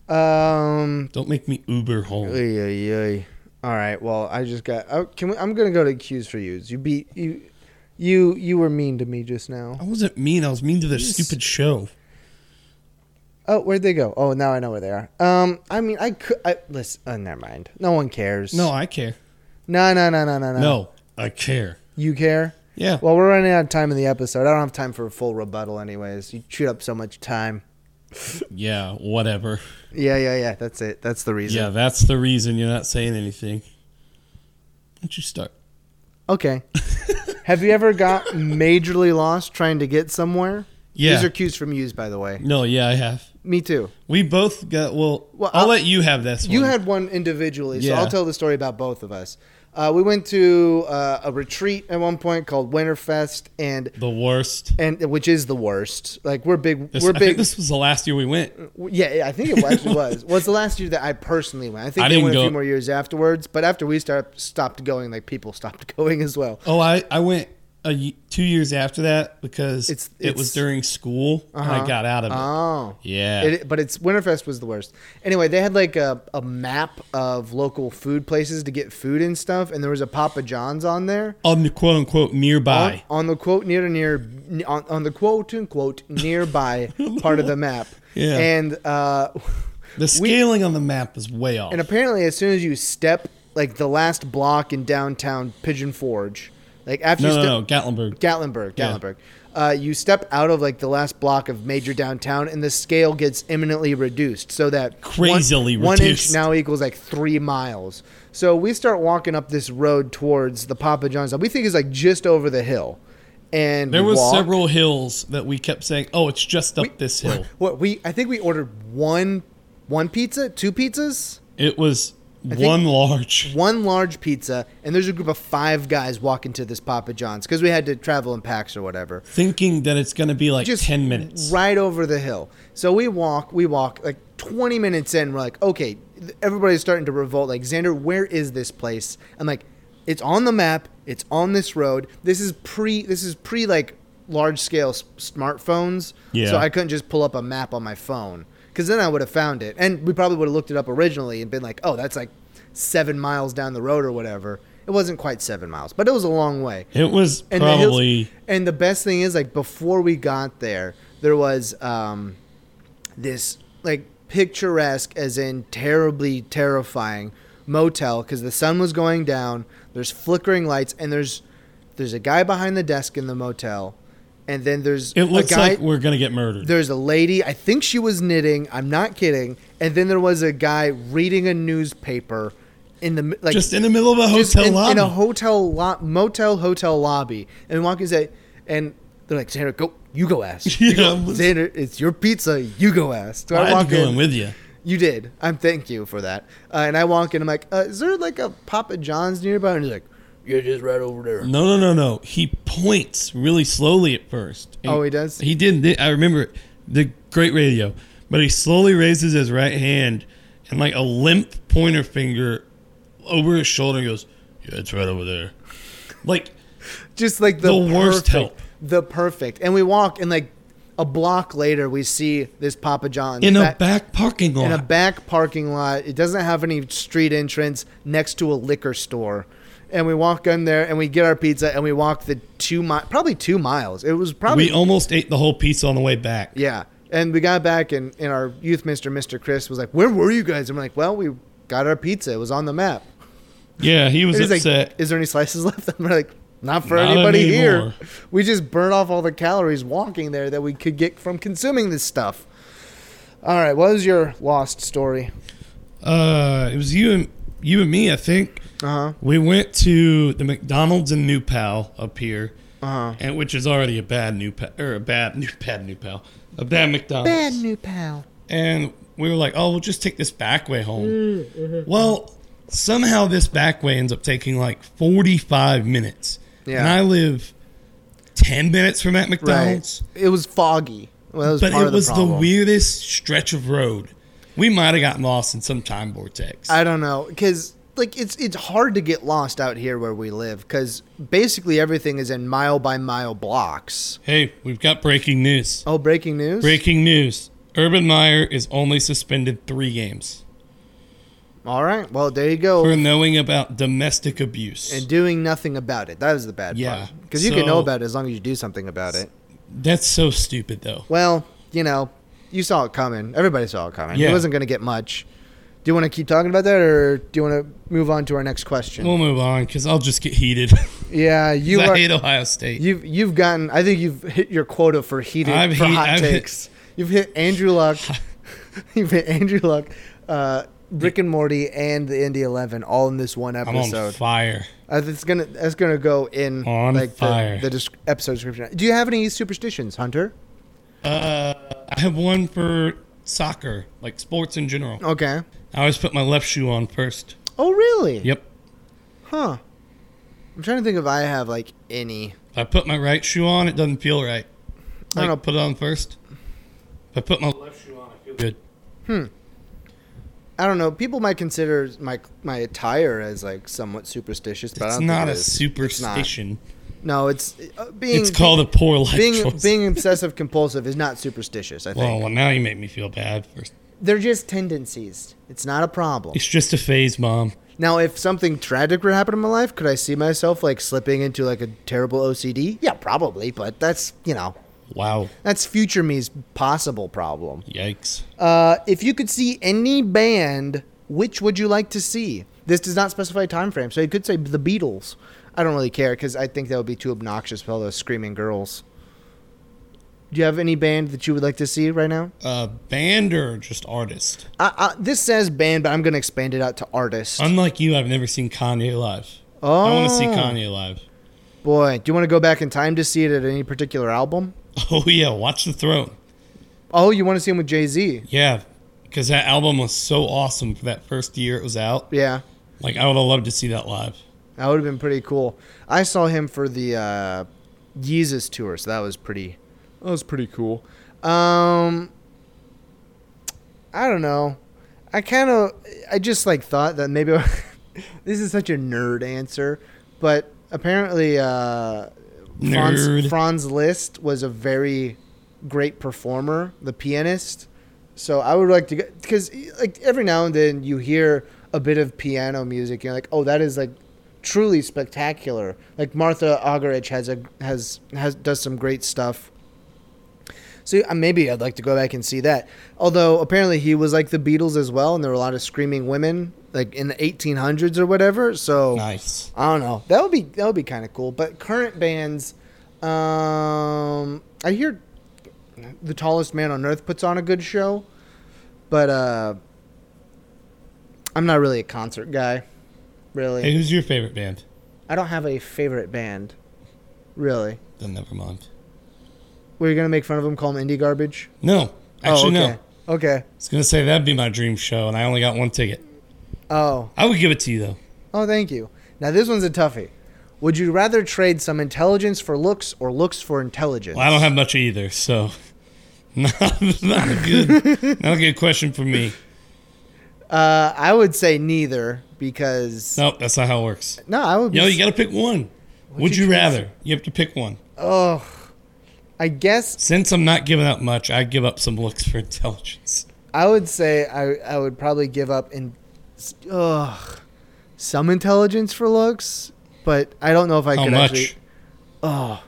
Um. Don't make me Uber home. Oy, oy, oy. All right. Well, I just got. Oh, can we? I'm gonna go to cues for yous. You beat you. You you were mean to me just now. I wasn't mean. I was mean to their stupid show. Oh, where'd they go? Oh, now I know where they are. Um, I mean, I could. I, listen, oh, never mind. No one cares. No, I care. no, no, no, no, no, no. No, I care. You care? Yeah. Well, we're running out of time in the episode. I don't have time for a full rebuttal, anyways. You chewed up so much time. Yeah, whatever. Yeah, yeah, yeah. That's it. That's the reason. Yeah, that's the reason you're not saying anything. Why don't you start? Okay. have you ever got majorly lost trying to get somewhere? Yeah. These are cues from yous, by the way. No, yeah, I have. Me too. We both got. Well, Well, I'll, I'll- let you have this. You one. had one individually, so Yeah. I'll tell the story about both of us. Uh, we went to uh, a retreat at one point called Winterfest, and the worst. and which is the worst. Like we're big, This, we're I think big. this was the last year we went. yeah, I think it actually was. Was the last year that I personally went. I think I they didn't went a go- few more years afterwards, but after we start stopped going, like people stopped going as well. Oh, I I went a, y- two years after that because It's- it was it's- Uh-huh. during school and I got out of it. Oh, yeah, It, but it's Winterfest was the worst. Anyway, they had like a, a map of local food places to get food and stuff, and there was a Papa John's on there. on the quote unquote On, nearby. on the quote near near on, on the quote unquote nearby part of the map. Yeah. And uh the scaling on the map is way off. And apparently, as soon as you step like the last block in downtown Pigeon Forge. Like after No, you no, step- no, Gatlinburg. Gatlinburg, Yeah. Gatlinburg. Uh, you step out of like the last block of major downtown, and the scale gets imminently reduced, so that Crazily one, one inch reduced. now equals like three miles. So we start walking up this road towards the Papa John's that we think is like just over the hill, and There we was walk. several hills that we kept saying, "Oh, it's just up this hill." What we I think we ordered one one pizza, two pizzas, It was one large. one large pizza, and there's a group of five guys walking to this Papa John's because we had to travel in packs or whatever. thinking that it's going to be like just 10 minutes. right over the hill. So we walk, we walk like 20 minutes in. We're like, okay, th- everybody's starting to revolt. Like, Xander, where is this place? I'm like, it's on the map. It's on this road. This is pre. This is pre like large scale s- smartphones. Yeah. So I couldn't just pull up a map on my phone because then I would have found it, and we probably would have looked it up originally and been like, oh, that's like seven miles down the road or whatever. It wasn't quite seven miles, but it was a long way It was and the hills- probably and the best thing is like before we got there, there was um, this like picturesque, as in terribly terrifying motel because the sun was going down. There's flickering lights, and there's there's a guy behind the desk in the motel, and then there's it looks a guy, like we're going to get murdered. there's a lady. I think she was knitting. I'm not kidding. And then there was a guy reading a newspaper in the mi- like just in the middle of a just hotel in, lobby. in a hotel lo- motel hotel lobby, and we walk in say, and they're like, Xander, go, you go ask. Yeah, You go- I'm- Xander, it's your pizza. You go ask. So I had to go in with you. You did. I'm thank you for that. Uh, and I walk in. I'm like, uh, is there like a Papa John's nearby? And he's like, you're just right over there. No, no, no, no. He points really slowly at first. And Oh, he does? He did. not I remember it. the great radio, but he slowly raises his right hand and like a limp pointer finger over his shoulder and goes, "Yeah, it's right over there." Like Just like the, The worst perfect- help. The perfect. And we walk, and like a block later, we see this Papa John's in a That- back parking lot. in a back parking lot. It doesn't have any street entrance next to a liquor store. And we walk in there and we get our pizza and we walk the two mi- probably two miles. It was probably we almost ate the whole pizza on the way back. yeah. And we got back and, and our youth minister, Mr. Chris, was like, "Where were you guys?" And we're like, "Well, we got our pizza. It was on the map." Yeah, he was And he's upset. like, "Is there any slices left?" And we're like, "Not for Not anybody anymore. here. We just burn off all the calories walking there that we could get from consuming this stuff." All right, what was your lost story? Uh, it was you and you and me, I think. Uh huh. We went to the McDonald's in New Pal up here, Uh huh. and which is already a bad New Pal or a bad New Bad New Pal, a bad McDonald's. Bad new pal. And we were like, oh, we'll just take this back way home. Mm, mm-hmm. Well, somehow this back way ends up taking like forty-five minutes, Yeah. and I live ten minutes from that McDonald's. It was foggy. Well, that was But part it of was the, the, problem. weirdest stretch of road. We might have gotten lost in some time vortex. I don't know because like it's it's hard to get lost out here where we live because basically everything is in mile by mile blocks. hey, we've got breaking news. Oh, breaking news! Breaking news. Urban Meyer is only suspended three games All right, well there you go. for knowing about domestic abuse. and doing nothing about it. That was the bad Yeah, part. Because you can know so- about it as long as you do something about it. That's so stupid, though. Well, you know, you saw it coming. Everybody saw it coming. Yeah. It wasn't going to get much. Do you want to keep talking about that, or do you want to move on to our next question? We'll move on because I'll just get heated. 'Cause yeah, you I are. hate Ohio State. You've you've gotten. I think you've hit your quota for heated I've for hit- hot I've hit- takes. You've hit Andrew Luck. you've hit Andrew Luck, uh, Rick and Morty, and the Indy Eleven all in this one I'm on episode. fire. Uh, that's gonna that's gonna go in On like fire. the, the desc- episode description. Do you have any superstitions, Hunter? Uh, I have one for soccer, like sports in general. Okay. I always put my left shoe on first. Oh really? Yep. Huh. I'm trying to think if I have like any. If I put my right shoe on, it doesn't feel I right. Like, don't know. put it on first. If I put my left shoe on, I feel good. I don't know. People might consider my my attire as like somewhat superstitious, but I It's don't not think a it is. It's not. superstition. No, it's uh, being. It's, called a poor life being choice. being obsessive compulsive is not superstitious. I Well, think well, now you make me feel bad. First, they're just tendencies. It's not a problem. it's just a phase, mom. Now, if something tragic were to happen in my life, could I see myself like slipping into like a terrible OCD? Yeah, probably. But that's you know Wow, that's future me's possible problem. yikes! Uh, if you could see any band, which would you like to see? This does not specify time frame, so it could say the Beatles. I don't really care because I think that would be too obnoxious for all those screaming girls. Do you have any band that you would like to see right now? Uh, band or just artist? I, I, this says band, but I'm going to expand it out to artists. Unlike you, I've never seen Kanye live. oh, I want to see Kanye live. Boy, do you want to go back in time to see it at any particular album? Oh yeah, Watch the Throne. Oh, you want to see him with Jay Z? Yeah, because that album was so awesome for that first year it was out. Yeah, Like I would have loved to see that live. that would have been pretty cool. I saw him for the uh, Yeezus tour, so that was pretty. That was pretty cool. Um, I don't know. I kind of, I just like thought that maybe this is such a nerd answer, but apparently, uh, Franz, Nerd. Franz Liszt was a very great performer, the pianist. So I would like to go because like every now and then you hear a bit of piano music, and you're like, oh, that is like truly spectacular. Like Martha Argerich has a has has does some great stuff. So uh, maybe I'd like to go back and see that. Although apparently he was like the Beatles as well, and there were a lot of screaming women like in the 1800s or whatever. So Nice. I don't know. That would be that would be kind of cool. But current bands, um, I hear the tallest man on earth puts on a good show, but uh, I'm not really a concert guy. Really, Hey, who's your favorite band? I don't have a favorite band. Really, Then never mind. were you gonna make fun of them? Call them indie garbage? No, actually oh, no. okay. Okay. I was gonna say that'd be my dream show, and I only got one ticket. Oh. I would give it to you though. Oh, thank you. Now this one's a toughie. Would you rather trade some intelligence for looks or looks for intelligence? Well, I don't have much either, so not, not a good, not a good question for me. Uh, I would say neither because Nope, that's not how it works. no, I would. Be, Yo, you got to pick one. would you you, choose? rather? You have to pick one. oh, I guess Since I'm not giving up much, I give up some looks for intelligence. I would say I I would probably give up in, ugh, some intelligence for looks, but I don't know if I How could much? actually. Oh,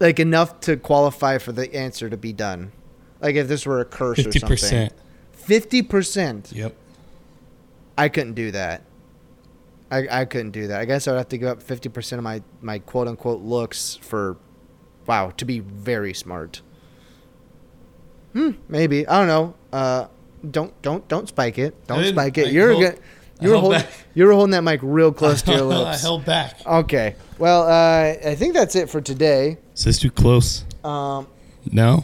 like enough to qualify for the answer to be done. Like if this were a curse Fifty or something. percent. Fifty percent. Yep. I couldn't do that. I, I couldn't do that. I guess I would have to give up fifty percent of my, my quote unquote looks for wow, to be very smart. Hmm, maybe. I don't know. Uh don't don't don't spike it. I Don't didn't- spike it. I You're held- good I you were held holding back. you were holding that mic real close to your I lips. held back. Okay. Well, uh, I think that's it for today. Is this too close? Um No. no,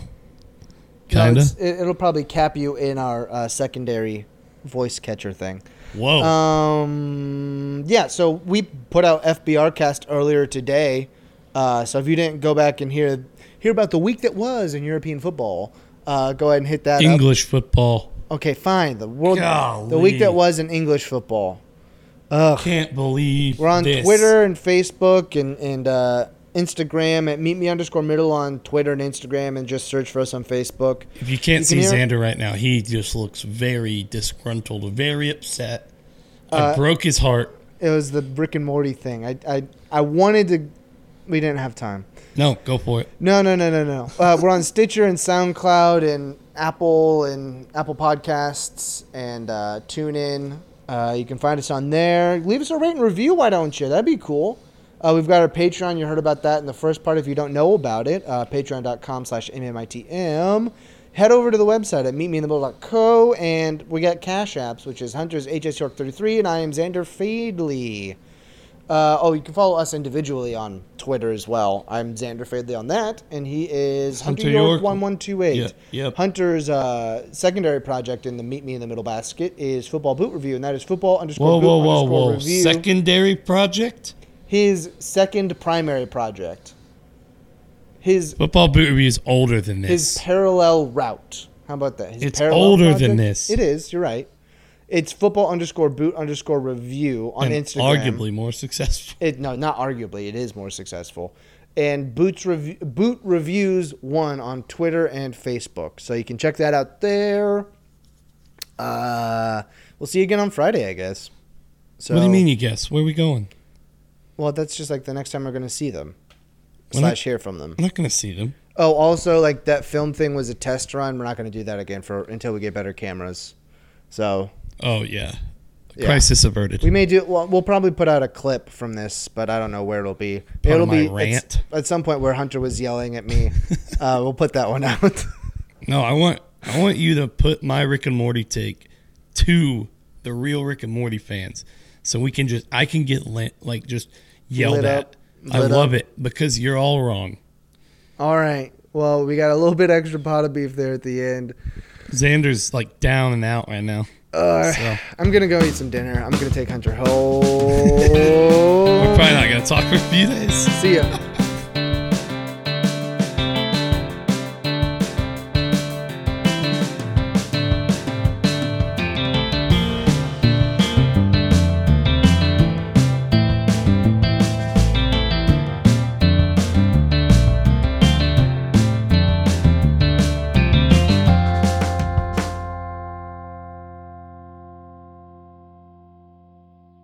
Kinda. it's- it, it'll probably cap you in our uh, secondary voice catcher thing. Whoa. Uh, Um, yeah, so we put out FBR cast earlier today. Uh, so if you didn't go back and hear hear about the week that was in European football, uh, go ahead and hit that up. English football. Okay, fine. The world the Golly. week that was in English football. Ugh. Can't believe We're on this. Twitter and Facebook and and uh, Instagram at meet me underscore middle on Twitter and Instagram and just search for us on Facebook. If you You can't can see hear- Xander right now, he just looks very disgruntled, very upset. Uh, I broke his heart. It was the Brick and Morty thing. I I I wanted to. We didn't have time. No, go for it. No, no, no, no, no. Uh, we're on Stitcher and SoundCloud and Apple and Apple Podcasts and uh, TuneIn. Uh, you can find us on there. Leave us a rate and review. Why don't you? That'd be cool. Uh, we've got our Patreon. You heard about that in the first part. If you don't know about it, uh, patreon.com slash MMITM. Head over to the website at meetmeinthemiddle.co, and we got Cash Apps, which is Hunter's HS York 33, and I am Xander Fadley. Uh, oh, you can follow us individually on Twitter as well. I'm Xander Fadley on that, and he is Hunter, Hunter York York. one one two eight. Yeah, yep. Hunter's uh, secondary project in the Meet Me in the Middle basket is football boot review, and that is football underscore Whoa, boot whoa, whoa, underscore whoa. review. Secondary project? His second primary project. His Football boot review is older than his this. parallel route. How about that? His It's parallel older than this. It is. You're right. It's football underscore boot underscore review on and Instagram. arguably more successful. It no, not arguably. It is more successful. And Boots rev- Boot reviews one on Twitter and Facebook, so you can check that out there. Uh, we'll see you again on Friday, I guess. So, what do you mean you guess? Where are we going? Well, that's just like the next time we're going to see them When I- slash hear from them. I'm not going to see them. Oh, also like that film thing was a test run. We're not going to do that again for until we get better cameras. So Oh, yeah. Yeah. Crisis averted. We may do. Well, we'll probably put out a clip from this, but I don't know where it'll be. it'll of my be rant. At, at some point where Hunter was yelling at me. uh, we'll put that one out. No, I want I want you to put my Rick and Morty take to the real Rick and Morty fans, so we can just I can get lit, like just yelled Lit at. up. I Lit love up. it because you're all wrong. All right. Well, we got a little bit extra pot of beef there at the end. Xander's like down and out right now. Uh, So. I'm gonna go eat some dinner. I'm gonna take Hunter home. We're probably not gonna talk for a few days. See ya.